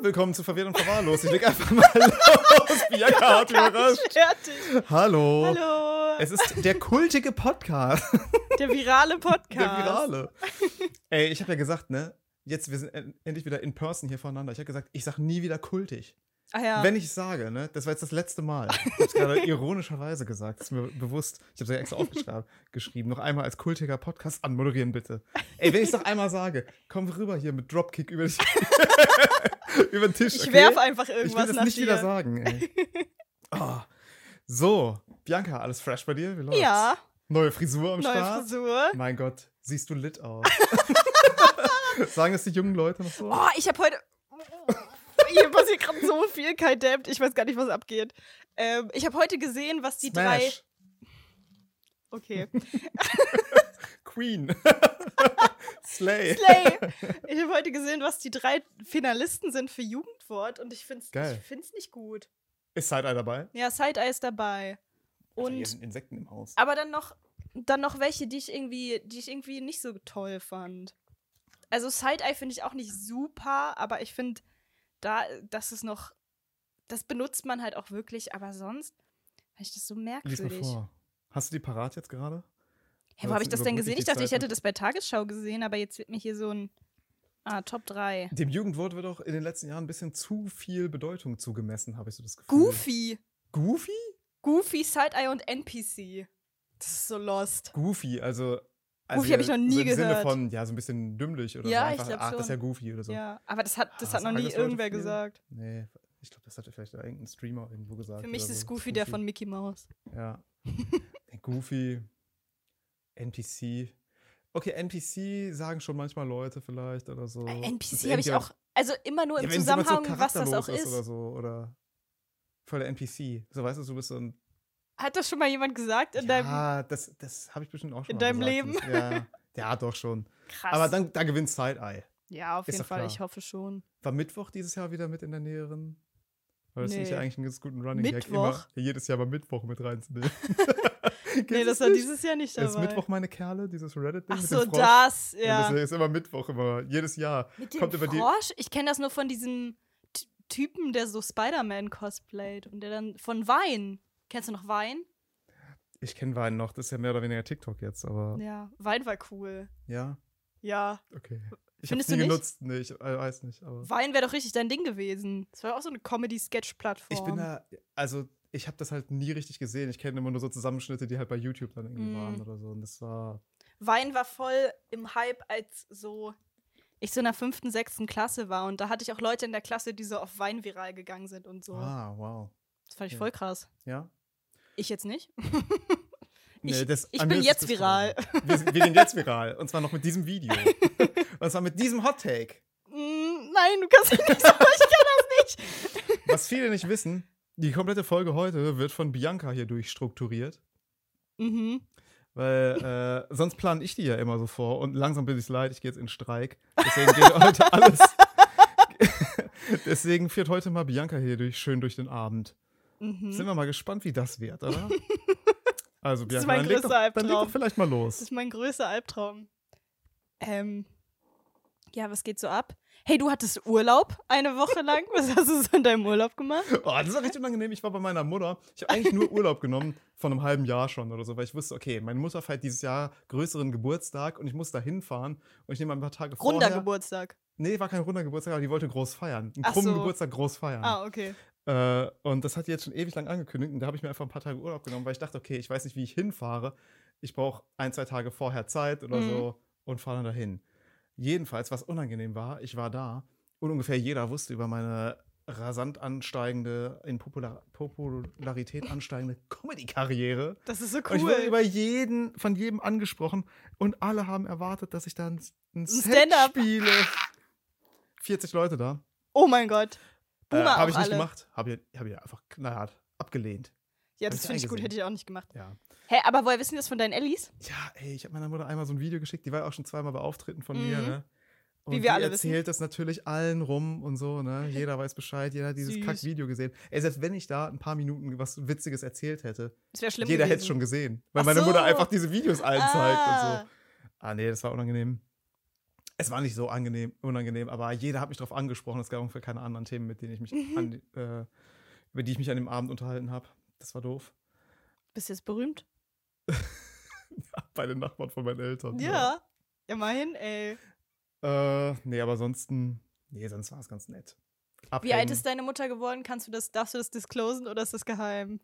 Willkommen zu Verwirrt und Verwahrlost. Ich leg einfach mal los. Bianca hat überrascht. Fertig. Hallo. Hallo. Es ist der kultige Podcast. Der virale Podcast. Der virale. Ey, ich habe ja gesagt, ne? Jetzt, wir sind en- endlich wieder in person hier voneinander. Ich habe gesagt, ich sag nie wieder kultig. Ah ja. Wenn ich es sage, ne? Das war jetzt das letzte Mal. Ich habe es gerade ironischerweise gesagt. Das ist mir bewusst. Ich habe es ja extra aufgeschrieben. Noch einmal als kultiger Podcast anmoderieren, bitte. Ey, wenn ich es noch einmal sage, komm rüber hier mit Dropkick über, dich, über den Tisch. ich okay? werf einfach Ich will irgendwas das nach nicht dir. wieder sagen, ey. Ah. So, Bianca, alles fresh bei dir? Wie läuft's? ja, Neue Frisur am neue Start? Frisur. Mein Gott, siehst du lit aus. sagen es die jungen Leute noch so? Oh, ich habe heute. Hier passiert gerade so viel, Kai Depp. Ich weiß gar nicht, was abgeht. Ähm, ich habe heute gesehen, was die drei. Smash. Okay. Queen. Slay. Slay. Ich habe heute gesehen, was die drei Finalisten sind für Jugendwort und ich find's, Geil. ich find's nicht gut. Ist Side-Eye dabei? Ja, Side-Eye ist dabei. Alter, hier Und sind Insekten im Haus. Aber dann noch, dann noch welche, die ich irgendwie, die ich irgendwie nicht so toll fand. Also Side-Eye finde ich auch nicht super, aber ich finde, da, das ist noch, das benutzt man halt auch wirklich, aber sonst fand ich das so Lies mal merkwürdig. vor. Hast du die parat jetzt gerade? Hä, wo habe ich das denn Überbrücke gesehen? die Ich dachte, ich Zeit hätte das bei Tagesschau gesehen, aber jetzt wird mir hier so ein, ah, Top 3. Dem Jugendwort wird auch in den letzten Jahren ein bisschen zu viel Bedeutung zugemessen, habe ich so das Gefühl. Goofy. Goofy? Goofy, Side-Eye und NPC. Das ist so lost. Goofy, also. also Goofy hab ich noch nie so im Sinne gehört. von, ja, so ein bisschen dümmlich oder Ja, so. ich Einfach, glaub ach, das ist schon. ja Goofy oder so. Ja, aber das hat, das Ah, hat noch sagen nie das Leute irgendwer viel? gesagt. Nee, ich glaube, das hatte vielleicht irgendein Streamer irgendwo gesagt. Für mich oder ist so. Goofy der von Mickey Mouse. Ja. Nee, Goofy, NPC. Okay, NPC sagen schon manchmal Leute vielleicht oder so. Äh, Dass NPC habe ich irgendjemand- auch, also immer nur im Ja, wenn jemand so Zusammenhang, was das charakterlos auch ist. Oder so, oder voll der NPC. So, weißt du, du bist so ein. Hat das schon mal jemand gesagt in deinem ja, das, das habe ich bestimmt auch schon in mal deinem gesagt. Leben? Das- Ja, ja, doch schon. Krass? Aber dann, da gewinnt Side-Eye. ja, auf ist jeden doch Fall, klar. ich hoffe schon. War Mittwoch dieses Jahr wieder mit in der näheren? Weil das finde ich Nee. ja eigentlich einen ganz guten Running Gag immer. Mittwoch? Jedes Jahr mal Mittwoch mit reinzunehmen. Kennst Nee, du das es war nicht? dieses Jahr nicht Ist dabei. Mittwoch, meine Kerle, dieses Reddit-Ding Ach mit so, dem Frosch. das, Ja, ja. Das ist immer Mittwoch, immer, jedes Jahr. Mit dem kommt über die- Frosch? Ich kenne das nur von diesem T- Typen, der so Spider-Man cosplayt und der dann von Wein. Kennst du noch Wein? Ich kenne Wein noch, das ist ja mehr oder weniger TikTok jetzt, aber Ja, Wein war cool. ja, Ja, okay. Ich habe Findest nie du nicht? genutzt, nee, ich äh, weiß nicht. Aber Wein wäre doch richtig dein Ding gewesen. Das war auch so eine Comedy-Sketch-Plattform. ich bin da, also ich habe das halt nie richtig gesehen. Ich kenne immer nur so Zusammenschnitte, die halt bei YouTube dann irgendwie Mm. waren oder so. Und das war, Wein war voll im Hype, als so ich so in der fünften, sechsten Klasse war. Und da hatte ich auch Leute in der Klasse, die so auf Wein viral gegangen sind und so. ah, wow. Das fand ich ja. voll krass. Ja? Ich jetzt nicht. Ich- das, ich an bin mir ist jetzt das viral. vorbei. Wir, sind- wir gehen jetzt viral. Und zwar noch mit diesem Video. und zwar mit diesem Hot Take. Mm, nein, du kannst nicht sagen, ich kann das nicht. Was viele nicht wissen, die komplette Folge heute wird von Bianca hier durchstrukturiert. Mhm. Weil äh, sonst plane ich die ja immer so vor und langsam bin ich leid, ich gehe jetzt in Streik. Deswegen geht heute alles. Deswegen führt heute mal Bianca hier durch, schön durch den Abend. Sind Mhm. wir mal gespannt, wie das wird, oder? Also, Das Bianca, ist mein dann leg, doch, größter dann leg doch Albtraum. vielleicht mal Das los. ist mein größter Albtraum. Ähm. Ja, was geht so ab? Hey, du hattest Urlaub eine Woche lang. Was hast du so in deinem Urlaub gemacht? Oh, das ist auch richtig unangenehm. Ich war bei meiner Mutter. Ich habe eigentlich nur Urlaub genommen, von einem halben Jahr schon oder so, weil ich wusste, okay, meine Mutter feiert dieses Jahr größeren Geburtstag und ich muss da hinfahren und ich nehme ein paar Tage Runder vorher. Geburtstag. Nee, war kein runder Geburtstag, aber die wollte groß feiern. Einen Ach krummen so. Geburtstag groß feiern. Ah, okay. Äh, und das hat die jetzt schon ewig lang angekündigt. Und da habe ich mir einfach ein paar Tage Urlaub genommen, weil ich dachte, okay, ich weiß nicht, wie ich hinfahre. Ich brauche ein, zwei Tage vorher Zeit oder Mhm. so und fahre dann dahin. Jedenfalls, was unangenehm war, ich war da und ungefähr jeder wusste über meine rasant ansteigende, in Popular Popularität ansteigende Comedy-Karriere. Das ist so Und ich wurde cool. über jeden, von jedem angesprochen und alle haben erwartet, dass ich da ein, ein Set Stand-up. spiele. 40 Leute da. Oh mein Gott. Boomer Äh, habe auch ich nicht alle. gemacht. Habe ich, hab ich einfach knallhart abgelehnt. Ja, Hab das ich finde ich gut, eingesehen. hätte ich auch nicht gemacht. Ja. Hä, aber woher wissen die das von deinen Ellis? Ja, ey, ich habe meiner Mutter einmal so ein Video geschickt, die war ja auch schon zweimal bei Auftritten von Mhm. mir, ne? Und Wie wir die alle wissen. erzählt das natürlich allen rum und so, ne? Jeder weiß Bescheid, jeder hat dieses Süß. Kack-Video gesehen. Ey, selbst wenn ich da ein paar Minuten was Witziges erzählt hätte, Das wäre schlimm. jeder hätte gewesen. es schon gesehen. Weil Ach meine so. Ah. Mutter einfach diese Videos allen zeigt und so. ah. Ah, nee, das war unangenehm. Es war nicht so angenehm, unangenehm, aber jeder hat mich darauf angesprochen. Es gab ungefähr keine anderen Themen, mit denen ich mich Mhm. an, äh, über die ich mich an dem Abend unterhalten habe. Das war doof. Bist jetzt berühmt? Bei den Nachbarn von meinen Eltern. Ja. Immerhin, ey. Äh, nee, aber ansonsten, nee, sonst war es ganz nett. Wie alt ist deine Mutter geworden? Kannst du das, darfst du das disclosen oder ist das geheim?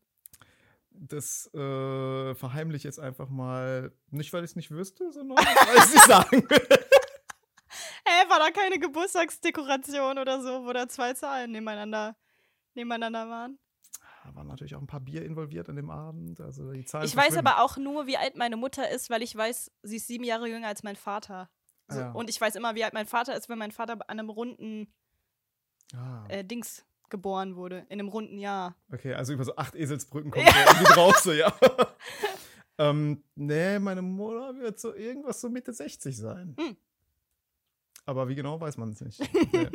das? Das äh, verheimliche ich jetzt einfach mal, nicht weil ich es nicht wüsste, sondern weil ich es nicht sagen will. Ey, war da keine Geburtstagsdekoration oder so, wo da zwei Zahlen nebeneinander, nebeneinander waren? Da waren natürlich auch ein paar Bier involviert an dem Abend. Also die Zahlen Ich weiß verschwimmen. aber auch nur, wie alt meine Mutter ist, weil ich weiß, sie ist sieben Jahre jünger als mein Vater. So, Ah, Ja. Und ich weiß immer, wie alt mein Vater ist, weil mein Vater an einem runden Ah, äh, Dings geboren wurde, in einem runden Jahr. okay, also über so acht Eselsbrücken kommt ja. irgendwie drauf, so, ja. ähm, nee, meine Mutter wird so irgendwas so Mitte 60 sein. Hm. Aber wie genau, weiß man es nicht. Nee.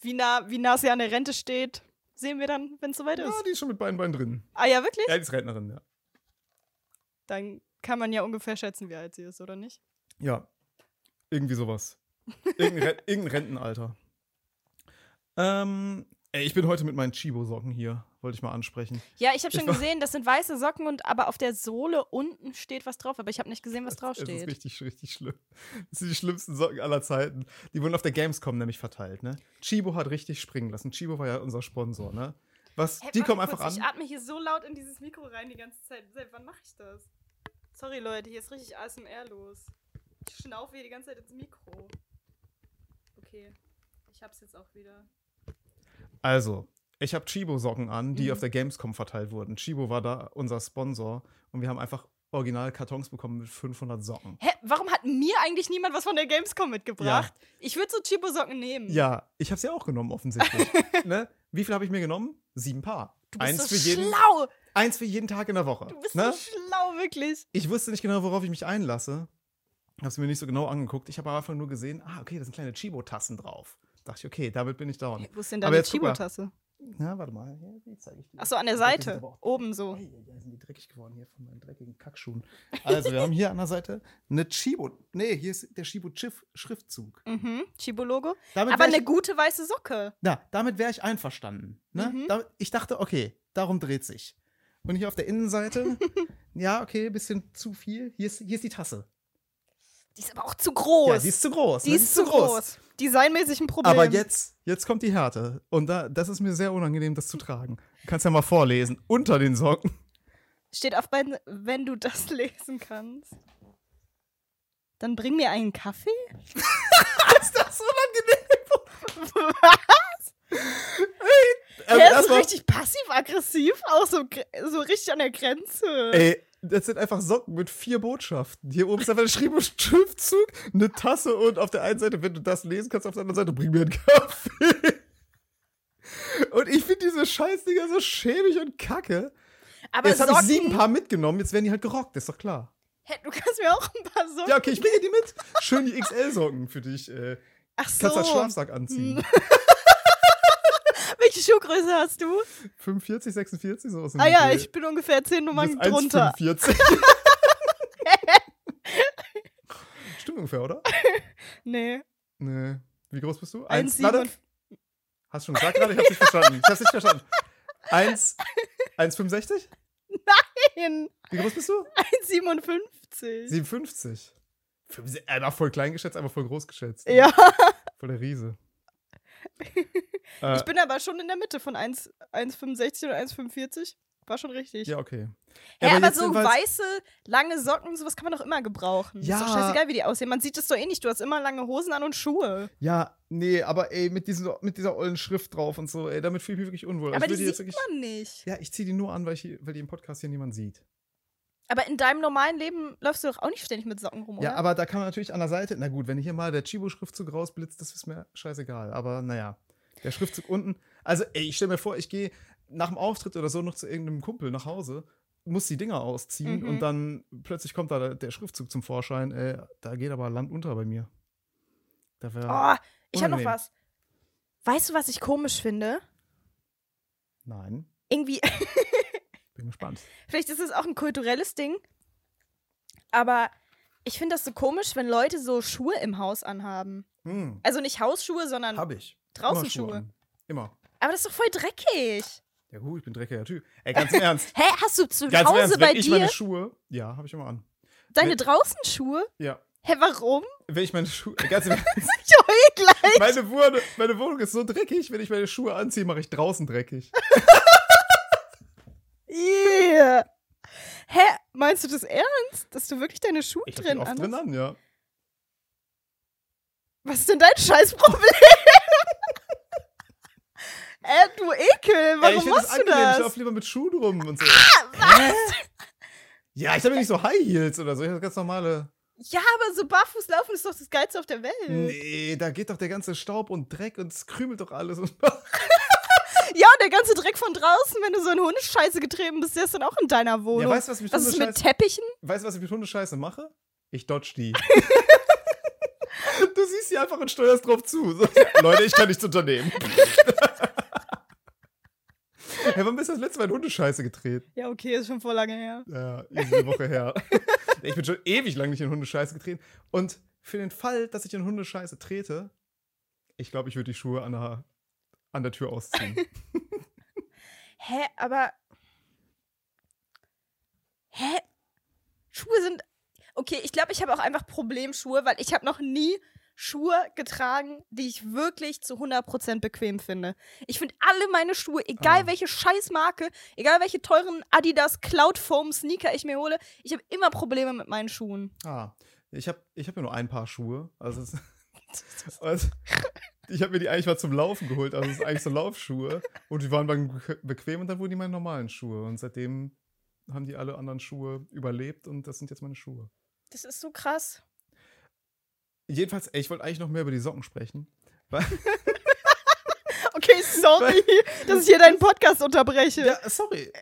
Wie nah, wie nah sie an der Rente steht, sehen wir dann, wenn es soweit ja, ist. die ist schon mit beiden Beinen drin. Ah ja, wirklich? Ja, die ist Rentnerin, ja. Dann kann man ja ungefähr schätzen, wie alt sie ist, oder nicht? Ja, irgendwie sowas. Irgendein, Ren- irgendein Rentenalter. Ähm, ey, ich bin heute mit meinen Chibo-Socken hier, wollte ich mal ansprechen. Ja, ich habe Ich schon war- gesehen, das sind weiße Socken und aber auf der Sohle unten steht was drauf, aber ich habe nicht gesehen, was drauf Es ist steht. richtig, richtig schlimm. Das sind die schlimmsten Socken aller Zeiten. Die wurden auf der Gamescom nämlich verteilt, ne? Chibo hat richtig springen lassen. Chibo war ja unser Sponsor, ne? Was, die kommen einfach an. Ich atme hier so laut in dieses Mikro rein die ganze Zeit. Seit wann mache ich das? Sorry, Leute, hier ist richtig ASMR los. Ich schnaufe hier die ganze Zeit ins Mikro. Okay, ich hab's jetzt auch wieder. Also, ich habe Chibo-Socken an, die Mhm. auf der Gamescom verteilt wurden. Chibo war da unser Sponsor und wir haben einfach original Kartons bekommen mit 500 Socken. Hä, warum hat mir eigentlich niemand was von der Gamescom mitgebracht? Ich würde so Chibo-Socken nehmen. Ja, ich habe sie auch genommen, offensichtlich. ne? Wie viel habe ich mir genommen? Sieben Paar. Du bist eins, so für jeden, schlau. eins für jeden Tag in der Woche. Du bist ne? so schlau, wirklich. ich wusste nicht genau, worauf ich mich einlasse. Habe es mir nicht so genau angeguckt. Ich habe am Anfang nur gesehen, ah, okay, da sind kleine Chibo-Tassen drauf. Dachte ich, okay, damit bin ich down. Hey, wo ist denn Aber deine jetzt guck mal. Chibo-Tasse? Na, warte mal. Ja, die zeige ich dir. Achso, an der Die sind Seite. Oh. aber auch- Oben so. Ei, ei, ei, sind die dreckig geworden hier von meinen dreckigen Kackschuhen. Also, wir haben hier an der Seite eine Chibo. Nee, hier ist der Chibo-Schriftzug. Mhm, Chibo-Logo. Damit Aber wär ich- eine gute weiße Socke. Na, damit wäre ich einverstanden. Ne? Mhm. Da, ich dachte, okay, darum dreht sich. Und hier auf der Innenseite, ja, okay, bisschen zu viel. Hier ist, hier ist die Tasse. Die ist aber auch zu groß. Ja, die ist zu groß. Die ne? ist zu groß. Designmäßig ein Problem. Aber jetzt, jetzt kommt die Härte. Und da, das ist mir sehr unangenehm, das zu tragen. Du kannst ja mal vorlesen. Unter den Socken. Steht auf beiden, wenn du das lesen kannst. Dann bring mir einen Kaffee? Ist das unangenehm? Er Also ist so erstmal- richtig passiv-aggressiv, auch so, gr- so richtig an der Grenze. Ey, das sind einfach Socken mit vier Botschaften. Hier oben ist einfach ein Schrieb- Schriftzug, eine Tasse und auf der einen Seite, wenn du das lesen kannst, auf der anderen Seite, bring mir einen Kaffee. Und ich finde diese Scheißdinger so schäbig und kacke. aber jetzt habe ich Socken, sieben Paar mitgenommen, jetzt werden die halt gerockt, ist doch klar. Hä, du kannst mir auch ein paar Socken. Ja, okay, ich bringe die mit. Schön die XL-Socken für dich. Äh, Ach so. kannst als Schlafsack anziehen. Welche Schuhgröße hast du? 45, 46, sowas. in Ah dem ja, Dreh. ich bin ungefähr zehn Du Nummern bist 1,45. drunter. Stimmt ungefähr, oder? Nee. Nee. Wie groß bist du? Eins, warte. siebenund- Hast du schon gesagt gerade? Ich hab's nicht verstanden. Ich hab's nicht verstanden. Eins, 1,65? In Wie groß bist du? 1,57. 57. Fünf- Einfach voll klein geschätzt, einfach voll groß geschätzt. Ja, Voll der Riese. Äh, ich bin aber schon in der Mitte von 1 1,65 oder 1,45. War schon richtig. Ja, okay. Hä, aber, jetzt so jedenfalls- weiße, lange Socken, sowas kann man doch immer gebrauchen. Ja. Ist doch scheißegal, wie die aussehen. Man sieht es doch eh nicht. Du hast immer lange Hosen an und Schuhe. Ja, nee, aber ey, mit, diesen, mit dieser ollen Schrift drauf und so, ey, damit fühle ich mich wirklich unwohl. aber ich will die sieht jetzt wirklich, man nicht. Ja, ich ziehe die nur an, weil, ich, hier- weil die im Podcast hier niemand sieht. Aber in deinem normalen Leben läufst du doch auch nicht ständig mit Socken rum, Ja, oder? aber da kann man natürlich an der Seite, na gut, wenn hier mal der Chibo-Schriftzug rausblitzt, das ist mir scheißegal. Aber naja, der Schriftzug unten. Also, ey, ich stell mir vor, ich gehe nach dem Auftritt oder so noch zu irgendeinem Kumpel nach Hause, muss die Dinger ausziehen Mhm. und dann plötzlich kommt da der, der Schriftzug zum Vorschein. Ey, da geht aber Land unter bei mir. Da wär, oh, ich habe noch unangenehm. was. Weißt du, was ich komisch finde? Nein, Irgendwie, bin gespannt. vielleicht ist es auch ein kulturelles Ding, aber Ich finde das so komisch, wenn Leute so Schuhe im Haus anhaben. Hm, Also nicht Hausschuhe, sondern. hab ich. Draußen Immer Schuhe. an. Immer. Aber das ist doch voll dreckig. Ja gut, ich bin dreckiger Typ. Ey, ganz im Ernst. Hä, hast du zu ganz im Hause Ernst, bei wenn ich meine dir Schuhe, ja, habe ich immer an. deine wenn- Draußenschuhe? Ja, Hä, warum? wenn ich meine Schuhe, ganz im Ernst, Ich heul gleich. meine, Wohnung, meine Wohnung ist so dreckig, wenn ich meine Schuhe anziehe, mache ich draußen dreckig. Yeah. Hä, meinst du das ernst? Dass du wirklich deine Schuhe Ich hab die drin oft an? drin an, ja. Was ist denn dein Scheißproblem? äh, du Ekel, Ey, warum ich find machst du angenehm, das? Ich laufe lieber mit Schuhen rum und so. Hä? Ja, ich habe ja nicht so High Heels oder so. Ich habe ganz normale. Ja, aber so barfuß laufen ist doch das Geilste auf der Welt. Nee, da geht doch der ganze Staub und Dreck und es krümelt doch alles. Und Ja, und der ganze Dreck von draußen, wenn du so in Hundescheiße getrieben bist, der ist dann auch in deiner ja, Wohnung. weißt du, was ich mit was ist mit Hundescheiße Teppichen? weißt, du, was ich mit Hundescheiße mache? Ich dodge die. du siehst sie einfach und steuerst drauf zu. So, Leute, ich kann nichts unternehmen. hey, wann bist du das letzte Mal in Hundescheiße gedreht? Ja, okay, ist schon vor lange her. Ja, easy eine Woche her. ich bin schon ewig lang nicht in Hundescheiße getreten. Und für den Fall, dass ich in Hundescheiße trete, ich glaube, ich würde die Schuhe an der, an der Tür ausziehen. Hä, aber. Hä? Schuhe sind. Okay, ich glaube, ich habe auch einfach Problemschuhe, weil ich habe noch nie Schuhe getragen, die ich wirklich zu 100% bequem finde. Ich finde alle meine Schuhe, egal Ah. welche Scheißmarke, egal welche teuren Adidas Cloud Foam Sneaker ich mir hole, ich habe immer Probleme mit meinen Schuhen. ah, ich habe ich hab ja nur ein paar Schuhe. Also es, und ich habe mir die eigentlich mal zum Laufen geholt. Also es sind eigentlich so Laufschuhe. Und die waren dann bequ- bequem und dann wurden die meine normalen Schuhe. Und seitdem haben die alle anderen Schuhe überlebt und das sind jetzt meine Schuhe. Das ist so krass. Jedenfalls, ey, ich wollte eigentlich noch mehr über die Socken sprechen. Okay, sorry, dass ich hier deinen Podcast unterbreche. Ja, sorry.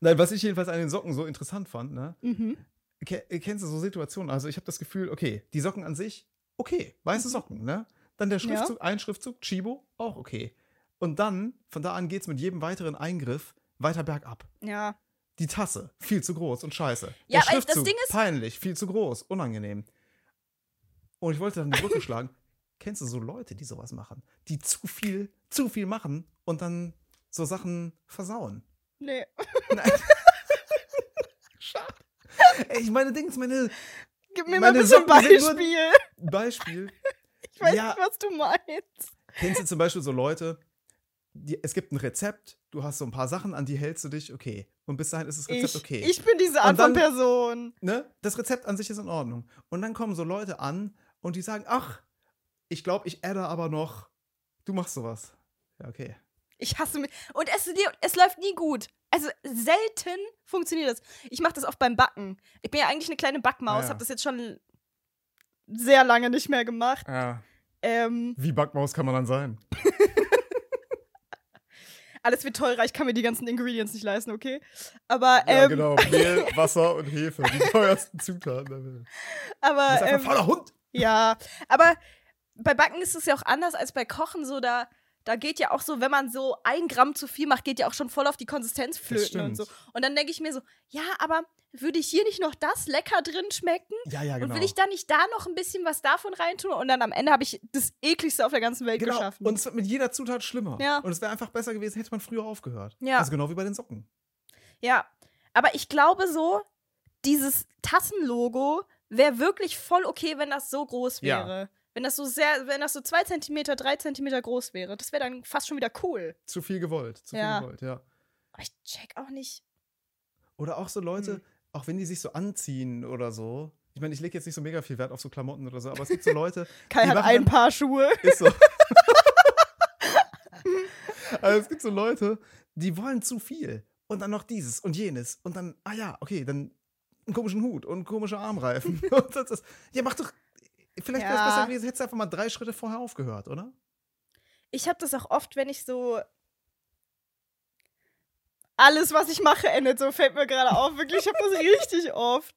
Nein, was ich jedenfalls an den Socken so interessant fand, ne? Mhm. Ke äh, kennst du so Situationen? Also ich habe das Gefühl, okay, die Socken an sich, okay, weiße Socken, ne? Dann der Mhm. Ja. Schriftzug, ein Schriftzug, Chibo, auch okay. Und dann, von da an geht's mit jedem weiteren Eingriff weiter bergab. Ja. Die Tasse, viel zu groß und scheiße. Ja, der aber das Schriftzug, Ding ist- peinlich, viel zu groß, unangenehm. Und ich wollte dann die Brücke schlagen. Kennst du so Leute, die sowas machen? Die zu viel, zu viel machen und dann so Sachen versauen. Nee. Nein. Schade. Ey, ich meine, Dings, meine Gib mir mal Meine bitte ein Socken sind nur- Beispiel. Beispiel. Ich weiß Ja. nicht, was du meinst. Kennst du zum Beispiel so Leute, die, es gibt ein Rezept, du hast so ein paar Sachen, an die hältst du dich, okay. Und bis dahin ist das Rezept Ich, okay. ich bin diese Art Und dann- von Person. ne? Das Rezept an sich ist in Ordnung. Und dann kommen so Leute an und die sagen, ach, ich glaube, ich adde aber noch, du machst sowas. Ja, okay. Ich hasse mich. Und es, es läuft nie gut. Also selten funktioniert das. Ich mache das oft beim Backen. Ich bin ja eigentlich eine kleine Backmaus, Ah, ja. habe das jetzt schon sehr lange nicht mehr gemacht. Ja. Ähm, Wie Backmaus kann man dann sein? alles wird teurer, ich kann mir die ganzen Ingredients nicht leisten, okay? Aber, ähm, ja, genau. Mehl, Wasser und Hefe, die teuersten Zutaten. der Welt. Du aber bist Äh, ähm, einfach ein fauler Hund. Ja, aber bei Backen ist es ja auch anders als bei Kochen. So, da, da geht ja auch so, wenn man so ein Gramm zu viel macht, geht ja auch schon voll auf die Konsistenz flöten und so. stimmt. Und dann denke ich mir so, ja, aber würde ich hier nicht noch das lecker drin schmecken? Ja, ja, genau. Und will ich da nicht da noch ein bisschen was davon reintun? Und dann am Ende habe ich das ekligste auf der ganzen Welt Genau. geschaffen. Und es wird mit jeder Zutat schlimmer. Ja. Und es wäre einfach besser gewesen, hätte man früher aufgehört. Ja. Also genau wie bei den Socken. ja, aber ich glaube so, dieses Tassenlogo wäre wirklich voll okay, wenn das so groß Ja. wäre. Wenn das so sehr, wenn das so zwei Zentimeter, drei Zentimeter groß wäre, das wäre dann fast schon wieder cool. Zu viel gewollt. Zu Ja. viel gewollt, ja. Aber ich check auch nicht. Oder auch so Leute, Mhm. auch wenn die sich so anziehen oder so. Ich meine, ich lege jetzt nicht so mega viel Wert auf so Klamotten oder so, aber es gibt so Leute, Kai Die hat machen ein dann- Paar Schuhe. ist so. also es gibt so Leute, die wollen zu viel. Und dann noch dieses und jenes. Und dann, ah ja, okay, dann einen komischen Hut und komische Armreifen. und das ist, ja, mach doch. Vielleicht wäre Ja. es besser gewesen, hättest du einfach mal drei Schritte vorher aufgehört, oder? Ich habe das auch oft, wenn ich so. Alles, was ich mache, endet so, fällt mir gerade auf. Wirklich, ich habe das richtig oft.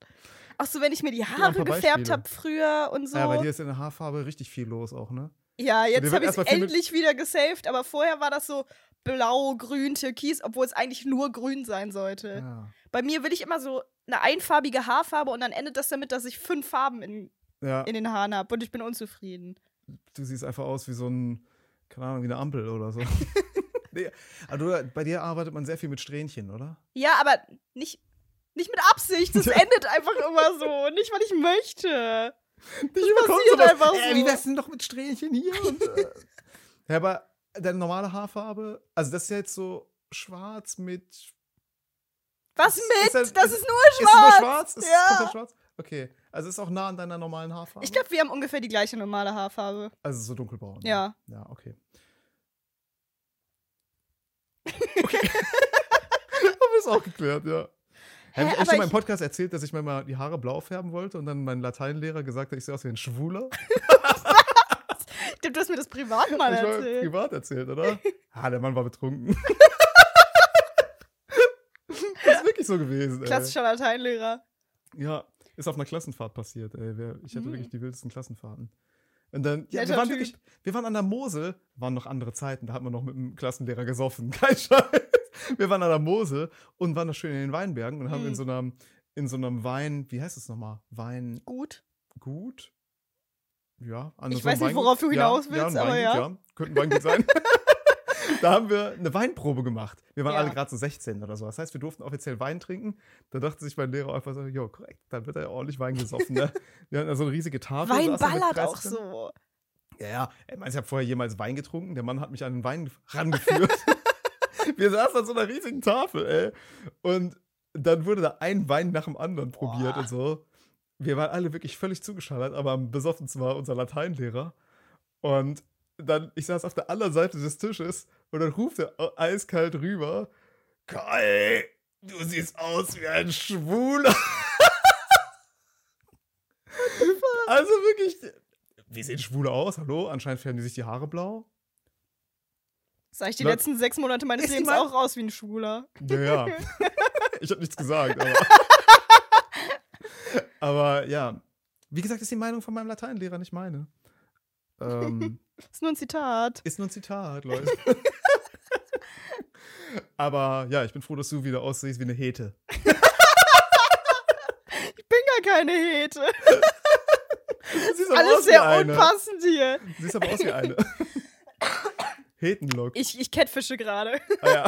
Auch so, wenn ich mir die mal ein Haare paar gefärbt Beispiele. habe früher und so. Ja, bei dir ist in der Haarfarbe richtig viel los auch, ne? Ja, jetzt wird habe ich es erstmal viel mit- endlich wieder gesaved, aber vorher war das so blau, grün, türkis, obwohl es eigentlich nur grün sein sollte. Ja, Bei mir will ich immer so eine einfarbige Haarfarbe und dann endet das damit, dass ich fünf Farben in, ja in den Haaren habe und ich bin unzufrieden. du siehst einfach aus wie so ein, keine Ahnung, wie eine Ampel oder so. nee, aber du, bei dir arbeitet man sehr viel mit Strähnchen, oder? Ja, aber nicht, nicht mit Absicht. Das endet einfach immer so. Nicht, weil ich möchte. Das passiert einfach äh, so. Wie wär's denn doch mit Strähnchen hier? Und, äh. ja, aber deine normale Haarfarbe, also das ist ja jetzt so schwarz mit. Was Ist halt- mit? das- das ist nur. Ist es nur schwarz? Ist Ja. es komplett schwarz? Okay. Also ist auch nah an deiner normalen Haarfarbe. Ich glaube, wir haben ungefähr die gleiche normale Haarfarbe. also so dunkelbraun. Ja. Ja, okay. Okay. Haben wir es auch geklärt, ja. Hab ich Hä, echt aber schon mal im ich- Podcast erzählt, dass ich mir mal die Haare blau färben wollte und dann mein Lateinlehrer gesagt hat, ich sehe aus wie ein Schwuler? Ich glaube, du hast mir das privat mal ich war erzählt. privat erzählt, oder? Ah, der Mann war betrunken. das ist wirklich so gewesen. Ey. Klassischer Lateinlehrer. Ja, ist auf einer Klassenfahrt passiert. Ey. Wir- Ich hatte Hm. wirklich die wildesten Klassenfahrten. Und dann, ja, Netter wir, waren Typ. wirklich, wir waren an der Mosel, waren noch andere Zeiten, da hat man noch mit dem Klassenlehrer gesoffen, kein Scheiß. Wir waren an der Mosel und waren noch schön in den Weinbergen und haben Hm. in so einem, in so einem Wein, wie heißt es nochmal? Wein, Gut. gut. Ja, an Ich so einem weiß nicht, worauf du hinaus ja, ein willst, aber Weingut, ja. Könnte ein Weingut sein. da haben wir eine Weinprobe gemacht. Wir waren Ja. alle gerade so 16 oder so. Das heißt, wir durften offiziell Wein trinken. Da dachte sich mein Lehrer einfach so, jo, korrekt, dann wird er ja ordentlich Wein gesoffen. Ne? wir hatten also eine riesige Tafel. Wein saßen also mit ballert 30 auch drin. so. Ja, ja. Ey, meinst du, Ich habe vorher jemals Wein getrunken. Der Mann hat mich an den Wein rangeführt. Wir saßen an so einer riesigen Tafel, ey. Und dann wurde da ein Wein nach dem anderen probiert Boah. und so. Wir waren alle wirklich völlig zugeschallert, aber am besoffensten war unser Lateinlehrer. Und dann, ich saß auf der anderen Seite des Tisches und dann ruft er au- eiskalt rüber: Kai, du siehst aus wie ein Schwuler. also wirklich, wie sehen Schwule aus? Hallo? Anscheinend färben die sich die Haare blau. Sah ich die Leute- letzten sechs Monate meines Ist die Lebens mal- auch aus wie ein Schwuler. Ja, ja. ich habe nichts gesagt, aber. aber ja. Wie gesagt, ist die Meinung von meinem Lateinlehrer nicht meine. Ähm, Ist nur ein Zitat. ist nur ein Zitat, Leute. aber ja, ich bin froh, dass du wieder aussiehst wie eine Hete. Ich bin gar keine Hete. Du siehst Alles wie sehr eine. unpassend hier. Du siehst aber aus wie eine. Hetenlock. Ich, ich catfische gerade. Ah, ja.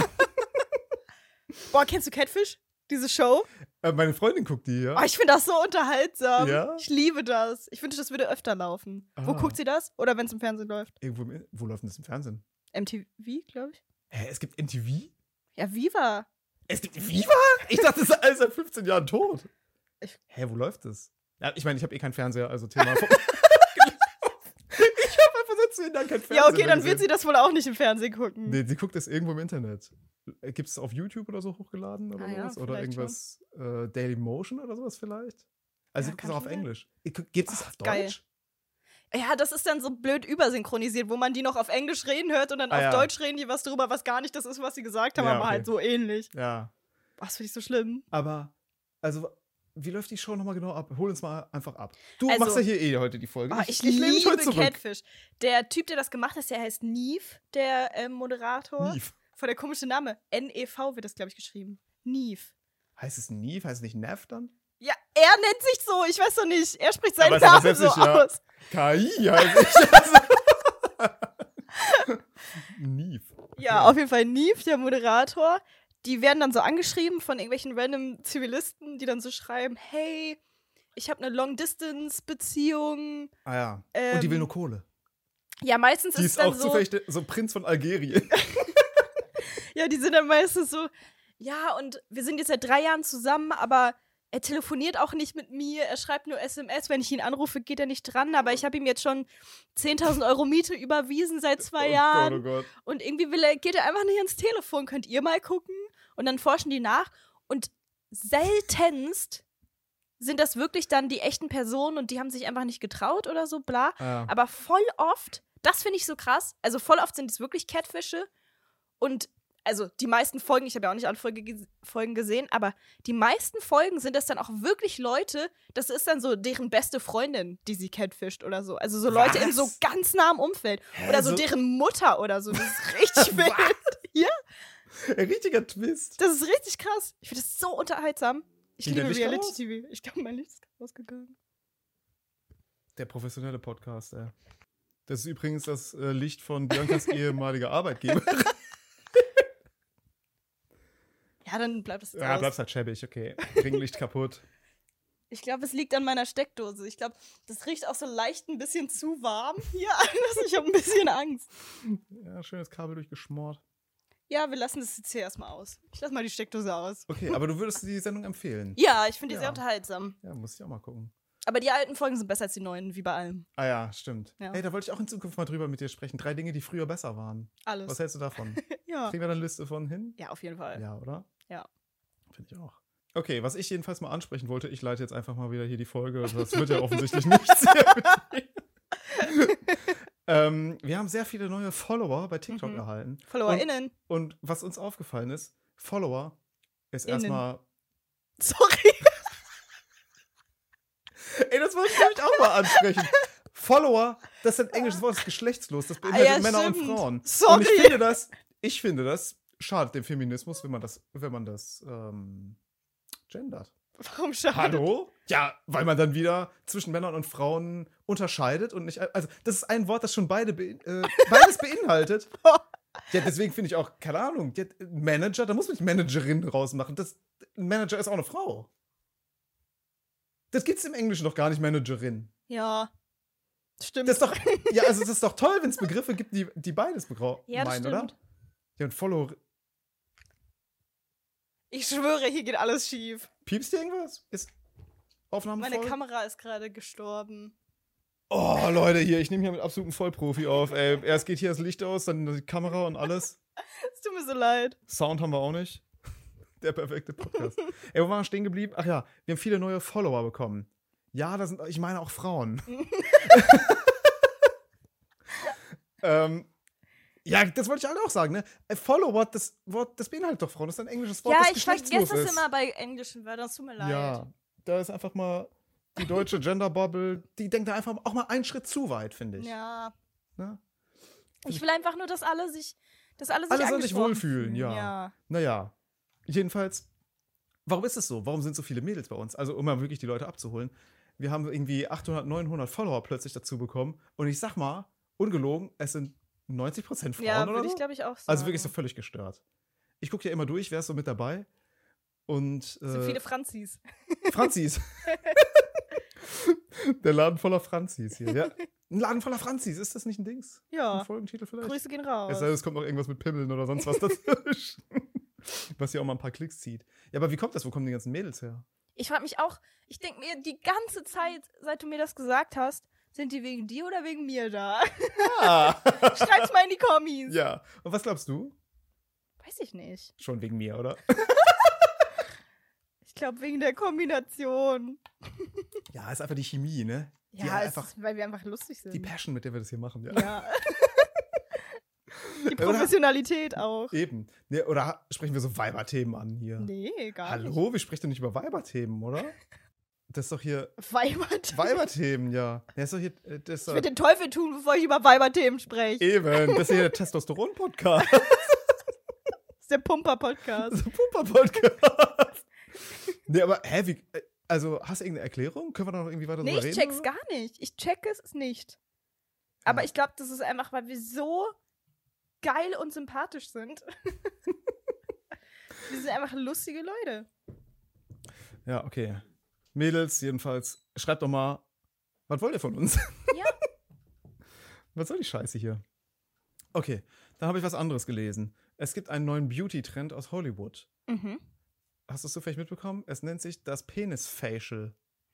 Boah, kennst du Catfish? Diese Show? Äh, Meine Freundin guckt die, ja. Oh, ich finde das so unterhaltsam. Ja? Ich liebe das. Ich wünsche, das würde öfter laufen. Wo Ah. guckt sie das? Oder wenn es im Fernsehen läuft? Irgendwo im, wo läuft denn das im Fernsehen? MTV, glaube ich. Hä, es gibt MTV? Ja, Viva. Es gibt Viva? Ich dachte, das ist alles seit 15 Jahren tot. Ich- Hä, wo läuft das? Ja, ich meine, ich habe eh keinen Fernseher, also Thema. ich habe einfach seit 10 Jahren keinen Fernseher. ja, okay, mehr dann wird sie gesehen. das wohl auch nicht im Fernsehen gucken. Nee, sie guckt das irgendwo im Internet. Gibt es auf YouTube oder so hochgeladen oder Ah ja, sowas? oder vielleicht irgendwas? Äh, Daily Motion oder sowas vielleicht? Also, Ja, ja, gibt kann es auch auf schon sein. Englisch. Gibt es Ach, auf geil. Deutsch? Ja, das ist dann so blöd übersynchronisiert, wo man die noch auf Englisch reden hört und dann Ah, auf ja. Deutsch reden die was drüber, was gar nicht das ist, was sie gesagt haben, Ja, aber okay. halt so ähnlich. Ja. Boah, das finde ich so schlimm. Aber, also, wie läuft die Show nochmal genau ab? Hol uns mal einfach ab. Du Also- machst ja hier eh heute die Folge. Boah, Ah, ich, lehn mich liebe heute zurück. Catfish. Der Typ, der das gemacht hat, der heißt Neve, der ähm, Moderator. Neve. Voll der komische Name. N-E-V wird das, glaube ich, geschrieben. Neve. Heißt es Neve? Heißt es nicht Nev dann? Ja, er nennt sich so, ich weiß doch nicht. Er spricht seinen Aber es Namen übersetzt so sich ja. aus. KI heißt ich. Also. Nief. Ja, auf jeden Fall Neve, der Moderator. Die werden dann so angeschrieben von irgendwelchen random Zivilisten, die dann so schreiben, hey, ich habe eine Long-Distance-Beziehung. Ah ja. Ähm, Und die will nur Kohle. Ja, meistens Die ist es ist dann auch so, zufällig de- so Prinz von Algerien. Oh ja, die sind dann meistens so, ja, und wir sind jetzt seit drei Jahren zusammen, aber er telefoniert auch nicht mit mir, er schreibt nur SMS, wenn ich ihn anrufe, geht er nicht dran, aber ich habe ihm jetzt schon 10.000 Euro Miete überwiesen seit zwei Jahren. Oh Gott, oh Gott. Und irgendwie will er, geht er einfach nicht ans Telefon. Könnt ihr mal gucken? Und dann forschen die nach. Und seltenst sind das wirklich dann die echten Personen und die haben sich einfach nicht getraut oder so, bla. Ah, ja. Aber voll oft, das finde ich so krass, also voll oft sind es wirklich Catfische und also die meisten Folgen, ich habe ja auch nicht alle Folge ges- Folgen gesehen, aber die meisten Folgen sind das dann auch wirklich Leute, das ist dann so deren beste Freundin, die sie catfischt oder so. Also so Leute im Was? so ganz nahem Umfeld. Hä, Oder so, so- deren Mutter oder so. Das ist richtig wild. Ja, Ein richtiger Twist. das ist richtig krass. Ich finde das so unterhaltsam. Ich Ging der liebe Licht Reality aus? TV. Ich glaube, mein Licht ist gerade ausgegangen. Der professionelle Podcast, ey. Das ist übrigens das äh, Licht von Biancas ehemaliger Arbeitgeber. Ja, dann bleibt es ja, ja, bleibst halt schäbig, okay. Ringlicht kaputt. Ich glaube, es liegt an meiner Steckdose. Ich glaube, das riecht auch so leicht ein bisschen zu warm hier. Also ich habe ein bisschen Angst. Ja, schönes Kabel durchgeschmort. Ja, wir lassen das jetzt hier erstmal aus. Ich lasse mal die Steckdose aus. Okay, aber du würdest die Sendung empfehlen. Ja, ich finde die Ja. sehr unterhaltsam. Ja, muss ich auch mal gucken. Aber die alten Folgen sind besser als die neuen, wie bei allem. Ah ja, stimmt. Ja. Hey, da wollte ich auch in Zukunft mal drüber mit dir sprechen. Drei Dinge, die früher besser waren. Was Alles. hältst du davon? Ja. Kriegen wir da eine Liste von hin? ja, auf jeden Fall. Ja, oder? Ja. Finde ich auch. Okay, was ich jedenfalls mal ansprechen wollte, ich leite jetzt einfach mal wieder hier die Folge. Also das wird ja offensichtlich nichts. ähm, wir haben sehr viele neue Follower bei TikTok Mhm. erhalten. FollowerInnen. Und was uns aufgefallen ist, Follower ist Innen. erstmal. Sorry. Ey, das wollte ich nämlich auch mal ansprechen. Follower, das ist ein englisches Wort, das ist geschlechtslos. Das beinhaltet Ah, ja, Männer und stimmt. Frauen. Und Sorry. ich finde das, ich finde das schadet dem Feminismus, wenn man das, wenn man das ähm, gendert. Warum schade? Hallo? Ja, weil man dann wieder zwischen Männern und Frauen unterscheidet und nicht. Also, das ist ein Wort, das schon beide bein- äh, beides beinhaltet. Ja, deswegen finde ich auch, keine Ahnung, ja, Manager, da muss man nicht Managerin rausmachen. Das, ein Manager ist auch eine Frau. Das gibt's im Englischen doch gar nicht, Managerin. Ja. Stimmt. Das ist doch, ja, also, das ist doch toll, wenn es Begriffe gibt, die, die beides begra- ja, das meinen, stimmt. oder? Ja, und Follow. Ich schwöre, hier geht alles schief. Piepst dir irgendwas? Ist Aufnahme Meine voll? Kamera ist gerade gestorben. Oh, Leute, hier, ich nehme hier mit absolutem Vollprofi auf. Ey. Erst geht hier das Licht aus, dann die Kamera und alles. Es tut mir so leid. Sound haben wir auch nicht. Der perfekte Podcast. Ey, wo waren wir stehen geblieben? Ach ja, wir haben viele neue Follower bekommen. Ja, da sind, ich meine auch Frauen. ähm, ja, das wollte ich halt auch sagen, ne? Äh, Follower, das Wort, das beinhaltet doch Frauen. Das ist ein englisches Wort, ja, das ich geschlechtslos vergesse das ist. immer bei englischen Wörtern. Es tut mir leid. Ja, da ist einfach mal die deutsche Genderbubble, die denkt da einfach auch mal einen Schritt zu weit, finde ich. Ja. Ne? Ich will einfach nur, dass alle sich, dass alle sich Alle sollen sich angesprochen wohlfühlen, fühlen. ja. Naja, jedenfalls, warum ist es so? Warum sind so viele Mädels bei uns? Also, um mal wirklich die Leute abzuholen. Wir haben irgendwie 800, 900 Follower plötzlich dazu bekommen. Und ich sag mal, ungelogen, es sind 90 Prozent Frauen Ja, oder würde ich so. glaube ich auch sagen. Also wirklich so völlig gestört. Ich gucke ja immer durch, wer ist so mit dabei. Und äh, So viele Franzis. Franzis. Der Laden voller Franzis hier. Ja. Ein Laden voller Franzis, ist das nicht ein Dings? Ein Ja. Folgentitel vielleicht? Grüße gehen raus. Es sei denn, es kommt noch irgendwas mit Pimmeln oder sonst was dazwischen. was ja auch mal ein paar Klicks zieht. Ja, aber wie kommt das? Wo kommen die ganzen Mädels her? Ich frage mich auch, ich denke mir die ganze Zeit, seit du mir das gesagt hast, sind die wegen dir oder wegen mir da? Schreib's mal in die Kommis. ja. Und was glaubst du? Weiß ich nicht. Schon wegen mir, oder? Ich glaube wegen der Kombination. Ja, ist einfach die Chemie, ne? Ja, die es einfach ist, weil wir einfach lustig sind. die Passion, mit der wir das hier machen. Ja. ja. Oder- die Professionalität auch. Eben. Ne, oder ha- sprechen wir so Weiberthemen an hier? Nee, gar nicht. Hallo, wir sprechen doch nicht über Weiberthemen, oder? Das ist doch hier Weibert. Weiberthemen, ja. Das ist doch hier. äh, Das ist Ich doch würde den Teufel tun, bevor ich über Weiberthemen spreche. eben. Das ist hier der Testosteron-Podcast. Das ist der Pumper-Podcast. Das ist ein Pumper-Podcast. nee, aber hä, wie, äh, also hast du irgendeine Erklärung? Können wir da noch irgendwie weiter Nee, drüber ich reden? check's gar nicht. Ich check es nicht. Aber Ja. ich glaube, das ist einfach, weil wir so geil und sympathisch sind. wir sind einfach lustige Leute. Ja, okay. Mädels, jedenfalls, schreibt doch mal, was wollt ihr von uns? Ja. was soll die Scheiße hier? Okay, dann habe ich was anderes gelesen. Es gibt einen neuen Beauty-Trend aus Hollywood. Mhm. Hast du es so vielleicht mitbekommen? Es nennt sich das Penis-Facial.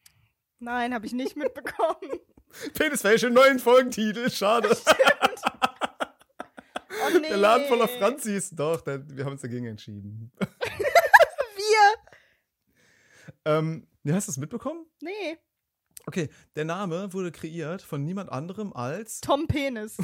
Nein, habe ich nicht mitbekommen. Penis-Facial, neuen Folgentitel, schade. Oh, nee. Der Laden voller Franzis. Doch, der, wir haben uns dagegen entschieden. Wir? Ähm, ja, hast du es mitbekommen? Nee. Okay, der Name wurde kreiert von niemand anderem als Tom Penis.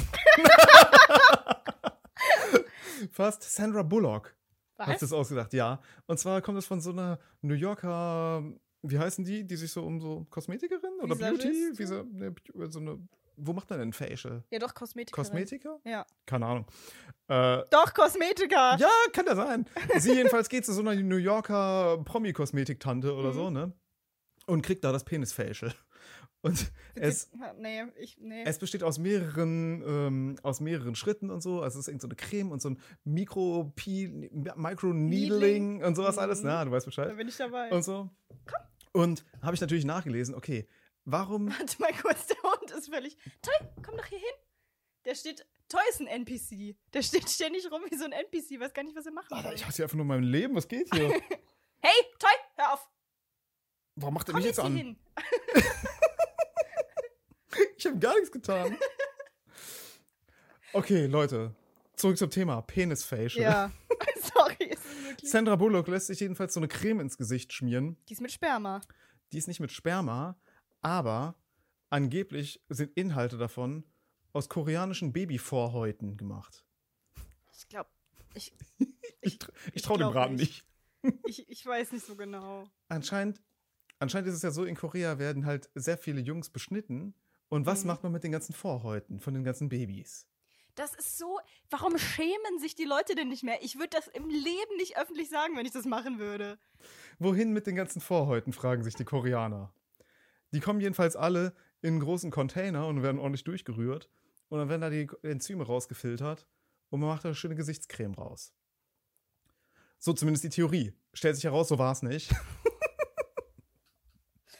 Fast Sandra Bullock. Hast du Was? das ausgedacht? Ja. Und zwar kommt es von so einer New Yorker, wie heißen die, die sich so um so Kosmetikerin oder Beauty, Visagistin? wie so, ne, Beau- so eine, wo macht man denn Facial? Ja, doch, Kosmetiker. Kosmetiker? Ja. Keine Ahnung. Äh, Doch, Kosmetiker! ja, kann ja sein. Sie jedenfalls geht zu so einer New Yorker Promi-Kosmetiktante oder Mhm. so, ne? Und kriegt da das Penis-Facial. Und es, nee, ich, nee. es besteht aus mehreren, ähm, aus mehreren Schritten und so. Also es ist irgend so eine Creme und so ein Mikro Micro-Needling Needling. und sowas alles. Mhm. Na, du weißt da Bescheid. bin ich dabei. Und so. Und habe ich natürlich nachgelesen, okay, warum. Warte mal kurz, der Hund ist völlig. Toy, komm doch hier hin. Der steht. Toy ist ein NPC. Der steht ständig rum wie so ein NPC, weiß gar nicht, was er machen Alter, soll. ich hasse einfach nur mein Leben, was geht hier? Hey, Toy, hör auf. Warum macht er Komm mich jetzt jetzt hier an? hin. Ich habe gar nichts getan. Okay, Leute, zurück zum Thema Penisfacial. Ja. Sorry, es ist wirklich. Sandra Bullock lässt sich jedenfalls so eine Creme ins Gesicht schmieren. Die ist mit Sperma. Die ist nicht mit Sperma, aber angeblich sind Inhalte davon aus koreanischen Babyvorhäuten gemacht. Ich glaube, ich, Ich, tr- ich traue dem glaub Braten nicht. nicht. ich, ich weiß nicht so genau. Anscheinend, anscheinend ist es ja so, in Korea werden halt sehr viele Jungs beschnitten. Und was Mhm. macht man mit den ganzen Vorhäuten von den ganzen Babys? Das ist so. Warum schämen sich die Leute denn nicht mehr? Ich würde das im Leben nicht öffentlich sagen, wenn ich das machen würde. Wohin mit den ganzen Vorhäuten, fragen sich die Koreaner. Die kommen jedenfalls alle in einen großen Container und werden ordentlich durchgerührt. Und dann werden da die Enzyme rausgefiltert und man macht da eine schöne Gesichtscreme raus. So zumindest die Theorie. Stellt sich heraus, so war es nicht.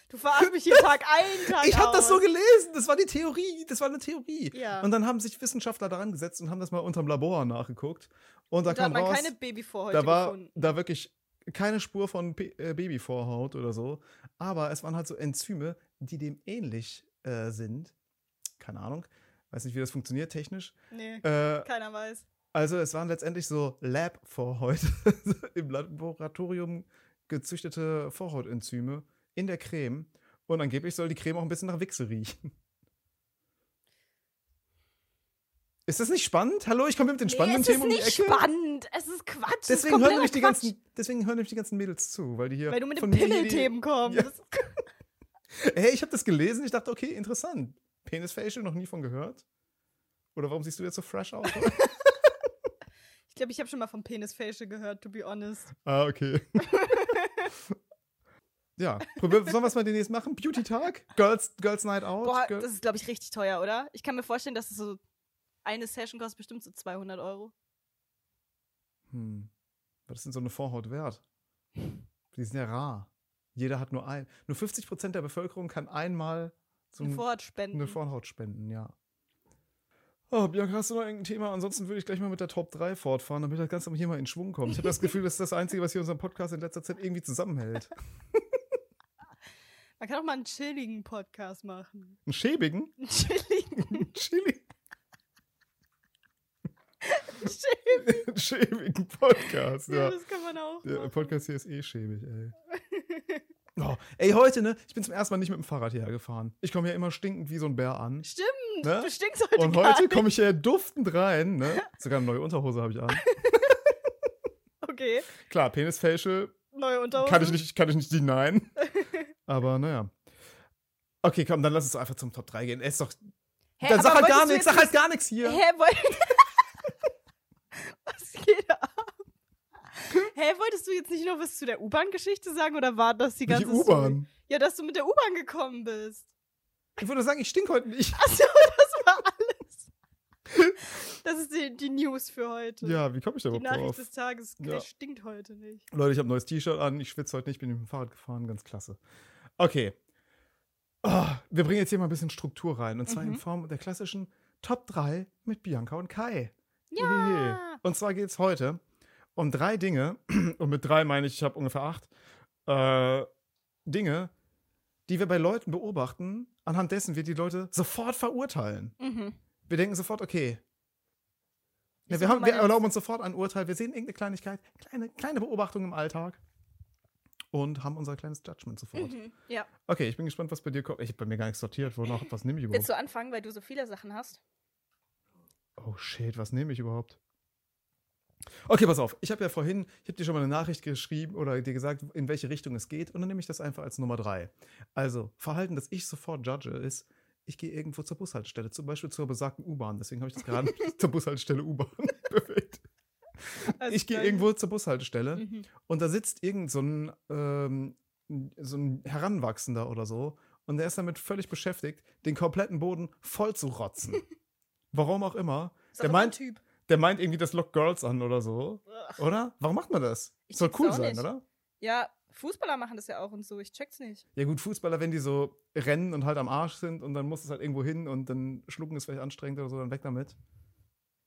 Du verarschst mich hier Tag ein, Tag Ich habe das so aus. gelesen. Das war die Theorie. Das war eine Theorie. Ja. Und dann haben sich Wissenschaftler daran gesetzt und haben das mal unterm Labor nachgeguckt. Und da, Da kam hat man raus, keine Babyvorhäute da war gefunden. da wirklich keine Spur von P äh, Babyvorhaut oder so. Aber es waren halt so Enzyme, die dem ähnlich äh, sind. Keine Ahnung. Weiß nicht, wie das funktioniert technisch. Nee, Äh, keiner weiß. also es waren letztendlich so Lab-Vorhaut, im Laboratorium gezüchtete Vorhautenzyme in der Creme. Und angeblich soll die Creme auch ein bisschen nach Wichse riechen. Ist das nicht spannend? Hallo, ich komme mit den spannenden nee, es Themen um die ist nicht Ecke. spannend. Es ist Quatsch. es ist Deswegen hören, nämlich kompletter die Quatsch, ganzen, deswegen hören nämlich die ganzen Mädels zu, weil die hier Weil du mit von den mir hier die- Pimmelthemen kommst. Hey, ich habe das gelesen, ich dachte, okay, interessant. Penisfacial, noch nie von gehört? Oder warum siehst du jetzt so fresh aus? Ich glaube, ich habe schon mal vom Penisfacial gehört, to be honest. ah, okay. ja, probier, sollen wir es mal demnächst machen? Beauty-Tag? Girls, Girls Night Out? Boah, Girl- das ist, glaube ich, richtig teuer, oder? Ich kann mir vorstellen, dass es so eine Session kostet bestimmt so 200 Euro. hm. Was ist denn so eine Vorhaut wert? Die sind ja rar. Jeder hat nur ein. Nur 50% der Bevölkerung kann einmal Eine zum Vorhaut spenden. Eine Vorhaut spenden, ja. Oh, Björk, hast du noch irgendein Thema? Ansonsten würde ich gleich mal mit der Top 3 fortfahren, damit das Ganze hier mal in Schwung kommt. Ich habe das Gefühl, das ist das Einzige, was hier unseren Podcast in letzter Zeit irgendwie zusammenhält. Man kann auch mal einen chilligen Podcast machen. Einen schäbigen? Einen chilligen, Einen chili- chilligen. einen schäbigen Podcast, Ja, ja. das kann man auch. Der machen. Podcast hier ist eh schäbig, ey. Oh, ey, heute, ne? Ich bin zum ersten Mal nicht mit dem Fahrrad hierher gefahren. Ich komme ja immer stinkend wie so ein Bär an. Stimmt, Ne? du stinkst heute Und gar heute nicht. komme ich hier duftend rein, ne? Sogar eine neue Unterhose habe ich an. Okay, Klar, Penisfacial, neue Unterhose. Kann ich nicht, kann ich nicht denyen. Aber naja. Okay, komm, dann lass uns einfach zum Top 3 gehen. Es ist doch. Hä, dann sag aber halt gar wolltest du nichts, jetzt sag halt gar nichts hier. Hä, woll- was geht ab? Hä, wolltest du jetzt nicht noch was zu der U-Bahn-Geschichte sagen oder war das die die ganze Story? U-Bahn. Ja, dass du mit der U-Bahn gekommen bist. Ich würde sagen, ich stink heute nicht. Achso, das war alles. Das ist die, die News für heute. Ja, wie komme ich da Also, die überhaupt Nachricht drauf? des Tages. Ja. Der stinkt heute nicht. Leute, ich habe ein neues T-Shirt an, ich schwitze heute nicht, bin mit dem Fahrrad gefahren, ganz klasse. Okay. Oh, wir bringen jetzt hier mal ein bisschen Struktur rein. Und zwar in Mhm. Form der klassischen Top 3 mit Bianca und Kai. Ja. Und zwar geht es heute um drei Dinge, und mit drei meine ich, ich habe ungefähr acht, äh, Dinge, die wir bei Leuten beobachten, anhand dessen wir die Leute sofort verurteilen. Mhm. Wir denken sofort, okay. Ja, Ist wir, doch haben, wir mal- erlauben uns sofort ein Urteil, wir sehen irgendeine Kleinigkeit, kleine, kleine Beobachtung im Alltag und haben unser kleines Judgment sofort. Mhm. Ja. Okay, ich bin gespannt, was bei dir kommt. Ich habe bei mir gar nichts sortiert, wonach, was nehme ich überhaupt? Willst du anfangen, weil du so viele Sachen hast? Oh shit, was nehme ich überhaupt? Okay, pass auf. Ich habe ja vorhin, ich habe dir schon mal eine Nachricht geschrieben oder dir gesagt, in welche Richtung es geht. Und dann nehme ich das einfach als Nummer drei. Also, Verhalten, das ich sofort judge, ist, ich gehe irgendwo zur Bushaltestelle, zum Beispiel zur besagten U-Bahn. Deswegen habe ich das gerade zur Bushaltestelle U-Bahn bewegt. Ich gehe irgendwo ne? zur Bushaltestelle Also Mhm. und da sitzt irgend so ein, ähm, so ein Heranwachsender oder so und der ist damit völlig beschäftigt, den kompletten Boden voll zu rotzen. Warum auch immer. Ist Der auch immer ein meint, Typ. der meint irgendwie, das lockt Girls an oder so. Ugh. Oder? Warum macht man das? Ich Soll check's cool auch sein, nicht. oder? Ja, Fußballer machen das ja auch und so. Ich check's nicht. Ja gut, Fußballer, wenn die so rennen und halt am Arsch sind und dann muss es halt irgendwo hin und dann schlucken ist vielleicht anstrengend oder so, dann weg damit.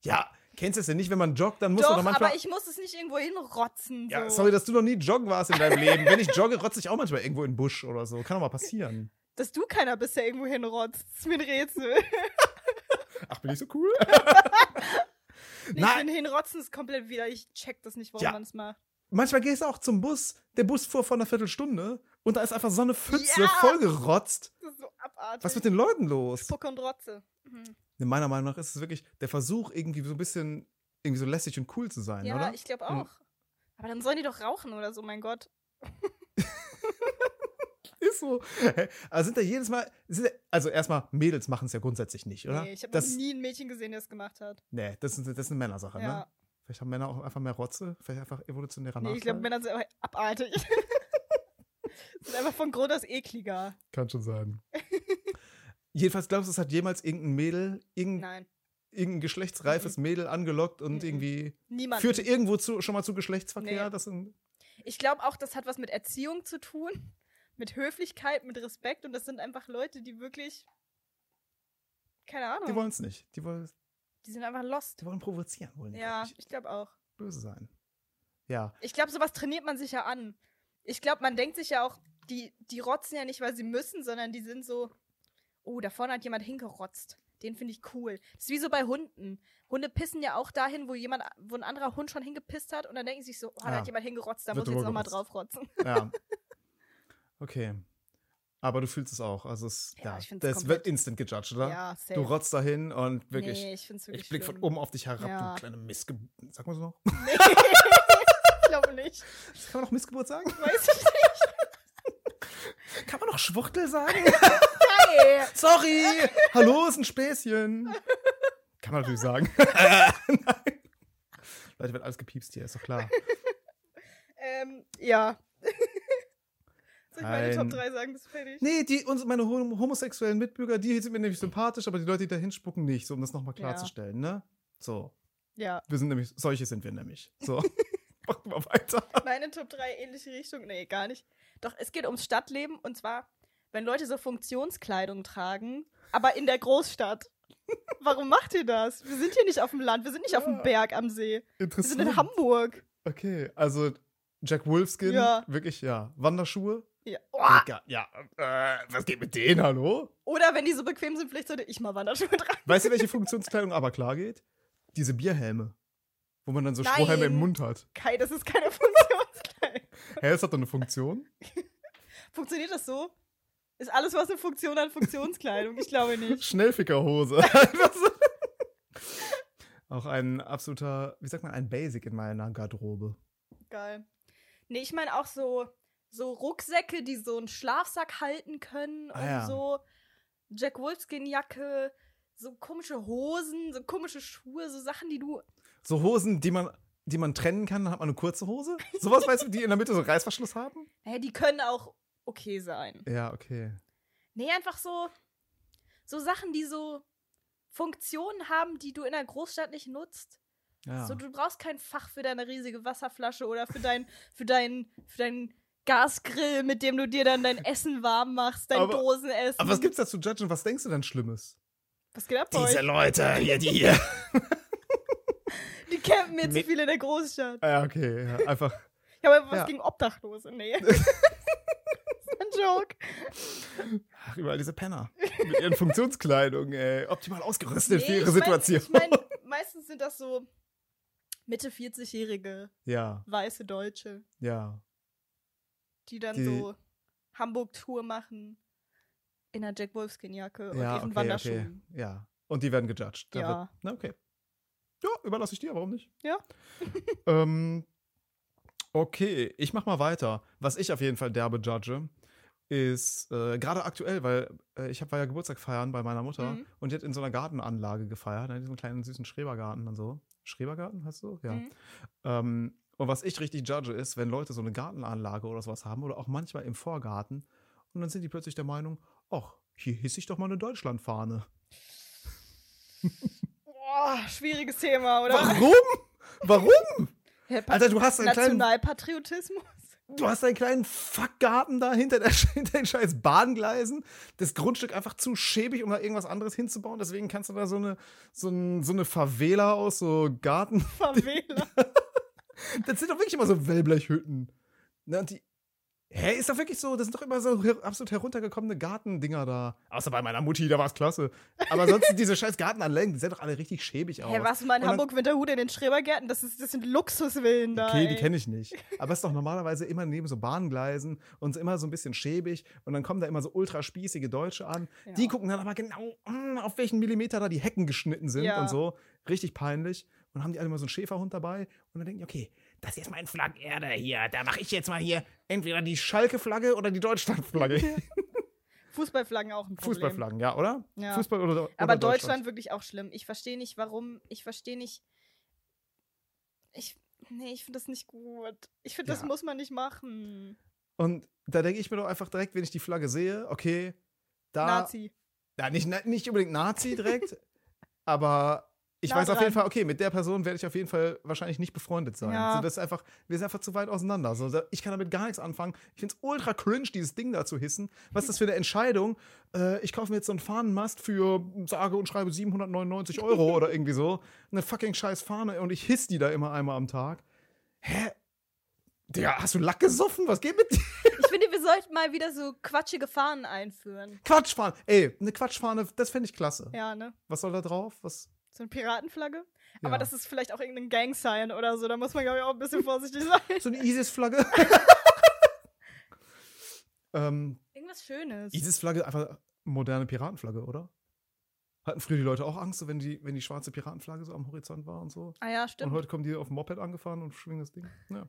Ja, kennst du es denn nicht, wenn man joggt, dann muss man Doch, doch manchmal... aber ich muss es nicht irgendwo hinrotzen. So. ja, sorry, dass du noch nie joggen warst in deinem Leben. Wenn ich jogge, rotze ich auch manchmal irgendwo in den Busch oder so. Kann doch mal passieren. Dass du keiner bist, der irgendwo hinrotzt. Ist mir ein Rätsel. Ach, bin ich so cool? Nee, Ich Nein, finde hinrotzen ist komplett wieder. Ich check das nicht, warum Ja. man es macht. manchmal gehst du auch zum Bus. Der Bus fuhr vor einer Viertelstunde und da ist einfach so eine Pfütze Ja. vollgerotzt. Das ist so abartig. Was ist mit den Leuten los? Spucke und Rotze. Mhm. Nee, Ne, Meiner Meinung nach ist es wirklich der Versuch, irgendwie so ein bisschen irgendwie so lässig und cool zu sein, Ja, oder? ich glaube Mhm. auch. Aber dann sollen die doch rauchen oder so, mein Gott. Ist so. Also sind da jedes Mal. Sind da, also erstmal, Mädels machen es ja grundsätzlich nicht, oder? Nee, ich habe noch das, nie ein Mädchen gesehen, der es gemacht hat. nee das, ist, das ist eine Männersache, ne? Ja. Vielleicht haben Männer auch einfach mehr Rotze, vielleicht einfach evolutionärer Nee, Nachteil. ich glaube, Männer sind einfach abartig. sind einfach von Grund aus ekliger. Kann schon sein. Jedenfalls glaubst du, es hat jemals irgendein Mädel, irgendein, Nein, irgendein geschlechtsreifes Mädel angelockt und Mhm. irgendwie niemand. führte irgendwo zu, schon mal zu Geschlechtsverkehr? Nee. Das sind, Ich glaube auch, das hat was mit Erziehung zu tun, mit Höflichkeit, mit Respekt und das sind einfach Leute, die wirklich keine Ahnung, die die, wollen es nicht. Die wollen, sind einfach lost. die wollen provozieren, wollen die Ja, gar nicht ich glaube auch. böse sein. Ja, Ich glaube, sowas trainiert man sich ja an. Ich glaube, man denkt sich ja auch, die, die rotzen ja nicht, weil sie müssen, sondern die sind so, oh, da vorne hat jemand hingerotzt. Den finde ich cool. Das ist wie so bei Hunden. Hunde pissen ja auch dahin, wo jemand, wo ein anderer Hund schon hingepisst hat und dann denken sie sich so, oh, da Ja. hat jemand hingerotzt, da Ah. Wird muss ich jetzt drüber nochmal gerotzt. drauf rotzen. Ja. Okay. Aber du fühlst es auch. Also es, Ja, ja, ich find's das komplett- wird instant gejudged, oder? Ja, du safe. rotzt dahin und wirklich, Nee, ich finde es wirklich ich blick von schlimm. oben auf dich herab, Ja. du kleine Missgeburt. Sag mal so noch. Ich glaube nicht. Kann man noch Missgeburt sagen? Weiß ich nicht. Kann man noch Schwuchtel sagen? Hey. Sorry! Hallo, ist ein Späßchen. Kann man natürlich sagen. Nein. Leute, wird alles gepiepst hier, ist doch klar. Ähm, ja. Soll ich meine Ein- Top 3 sagen, bis fertig? Nee, die, uns, meine hom- homosexuellen Mitbürger, die sind mir nämlich sympathisch, aber die Leute, die da hinspucken, nicht, so um das nochmal Ja. klarzustellen, ne? So. Ja. Wir sind nämlich, solche sind wir nämlich. So. Machen wir weiter. Meine Top 3 ähnliche Richtung? Nee, gar nicht. Doch, es geht ums Stadtleben und zwar, wenn Leute so Funktionskleidung tragen, aber in der Großstadt. Warum macht ihr das? Wir sind hier nicht auf dem Land, wir sind nicht auf dem Ja. Berg am See. Wir sind Interessant. in Hamburg. okay, also Jack Wolfskin, Ja. wirklich, ja. Wanderschuhe. Ja. Uah. Digga, ja. Äh, was geht mit denen, hallo? Oder wenn die so bequem sind, vielleicht sollte ich mal Wanderschuhe tragen. Weißt du, welche Funktionskleidung aber klar geht? Diese Bierhelme. Wo man dann so Nein. Strohhalme im Mund hat. Kai, das ist keine Funktionskleidung. Hä, das hat doch eine Funktion? Funktioniert das so? Ist alles, was eine Funktion hat, Funktionskleidung? Ich glaube nicht. Schnellfickerhose. Einfach so. Auch ein absoluter, wie sagt man, ein Basic in meiner Garderobe. Geil. Nee, ich meine auch so, so Rucksäcke, die so einen Schlafsack halten können Ah, und ja. so Jack Wolfskin-Jacke, so komische Hosen, so komische Schuhe, so Sachen, die du. So Hosen, die man, die man trennen kann, dann hat man eine kurze Hose. Sowas, weißt du, die in der Mitte so einen Reißverschluss haben? Hä, die können auch okay sein. Ja, okay. Nee, einfach so, so Sachen, die so Funktionen haben, die du in der Großstadt nicht nutzt. Ja. So, du brauchst kein Fach für deine riesige Wasserflasche oder für dein, für dein, für dein Gasgrill, mit dem du dir dann dein Essen warm machst, dein Aber- Dosenessen. Aber was gibt's da zu judgen? Was denkst du denn Schlimmes? Was geht ab bei euch? Leute hier, die hier. Die campen mir zu Mit- viel in der Großstadt. Ja, okay. Ja, einfach. Ich habe einfach was Ja. gegen Obdachlose. Nee. das ist ein Joke. Ach, überall diese Penner. Mit ihren Funktionskleidungen, ey. Optimal ausgerüstet für Nee, ihre ich mein- Situation. Ich meine, meistens sind das so Mitte 40-jährige ja, weiße Deutsche, ja. die dann Die- so Hamburg-Tour machen in einer Jack Wolfskin-Jacke und ja, ihren okay, okay. Wanderschuhen. Ja. Und die werden gejudged. Da Ja. Wird, na, okay. Ja, überlasse ich dir, warum nicht? Ja. ähm, okay, ich mach mal weiter. Was ich auf jeden Fall derbe judge, ist äh, gerade aktuell, weil äh, ich hab, war ja Geburtstag feiern bei meiner Mutter Mhm. und die hat in so einer Gartenanlage gefeiert, ne, in diesem kleinen süßen Schrebergarten und so. Schrebergarten hast du? Ja. Mhm. Ähm, und was ich richtig judge, ist, wenn Leute so eine Gartenanlage oder sowas haben oder auch manchmal im Vorgarten und dann sind die plötzlich der Meinung, ach, hier hisse ich doch mal eine Deutschlandfahne. Boah, schwieriges Thema, oder? Warum? Warum? Herr Pat- Alter, du hast einen kleinen, Nationalpatriotismus. du hast einen kleinen Fuckgarten da hinter, der, hinter den scheiß Bahngleisen. Das Grundstück einfach zu schäbig, um da irgendwas anderes hinzubauen. Deswegen kannst du da so eine, so, ein, so eine Favela aus so Garten. Verwähler. Das sind doch wirklich immer so Wellblechhütten. Ne, und die. Hä, ist doch wirklich so, das sind doch immer so her absolut heruntergekommene Gartendinger da. Außer bei meiner Mutti, da war es klasse. Aber sonst diese scheiß Gartenanlagen, die sehen doch alle richtig schäbig aus. Hä, warst du mal Und in dann- Hamburg-Winterhude in den Schrebergärten? Das, ist, das sind Luxusvillen da. Okay, ey. die kenne ich nicht. Aber es ist doch normalerweise immer neben so Bahngleisen und immer so ein bisschen schäbig und dann kommen da immer so ultraspießige Deutsche an. Ja. Die gucken dann aber genau, mm, auf welchen Millimeter da die Hecken geschnitten sind Ja. und so. Richtig peinlich. Und haben die alle mal so einen Schäferhund dabei und dann denken die, okay, das hier ist mein Flagg Erde hier. Da mache ich jetzt mal hier entweder die Schalke-Flagge oder die Deutschland-Flagge. Fußballflaggen auch ein Problem. Fußballflaggen, ja, oder? Ja. Fußball oder, oder Aber Deutschland, wirklich auch schlimm. Ich verstehe nicht, warum. Ich verstehe nicht. Ich. Nee, ich finde das nicht gut. Ich finde, das Ja. muss man nicht machen. Und da denke ich mir doch einfach direkt, wenn ich die Flagge sehe, okay, da. Nazi. Ja, nicht, na- nicht unbedingt Nazi direkt, aber ich Nah weiß auf dran. jeden Fall, okay, mit der Person werde ich auf jeden Fall wahrscheinlich nicht befreundet sein. Ja. So, das ist einfach, wir sind einfach zu weit auseinander. So, da- ich kann damit gar nichts anfangen. Ich finde es ultra cringe, dieses Ding da zu hissen. Was ist das für eine Entscheidung? Äh, ich kaufe mir jetzt so einen Fahnenmast für sage und schreibe 799 Euro oder irgendwie so. Eine fucking scheiß Fahne und ich hiss die da immer einmal am Tag. Hä? Digga, hast du Lack gesoffen? Was geht mit dir? Ich finde, wir sollten mal wieder so quatschige Fahnen einführen. Quatschfahne. Ey, eine Quatschfahne, das fände ich klasse. Ja, ne? Was soll da drauf? Was, So eine Piratenflagge. Aber Ja. das ist vielleicht auch irgendein Gang-Sign oder so. Da muss man, glaube ich, auch ein bisschen vorsichtig sein. So eine ISIS-Flagge. ähm, Irgendwas Schönes. ISIS-Flagge, einfach moderne Piratenflagge, oder? Hatten früher die Leute auch Angst, so wenn die, wenn die schwarze Piratenflagge so am Horizont war und so. Ah ja, Und stimmt. heute kommen die auf dem Moped angefahren und schwingen das Ding. Ja,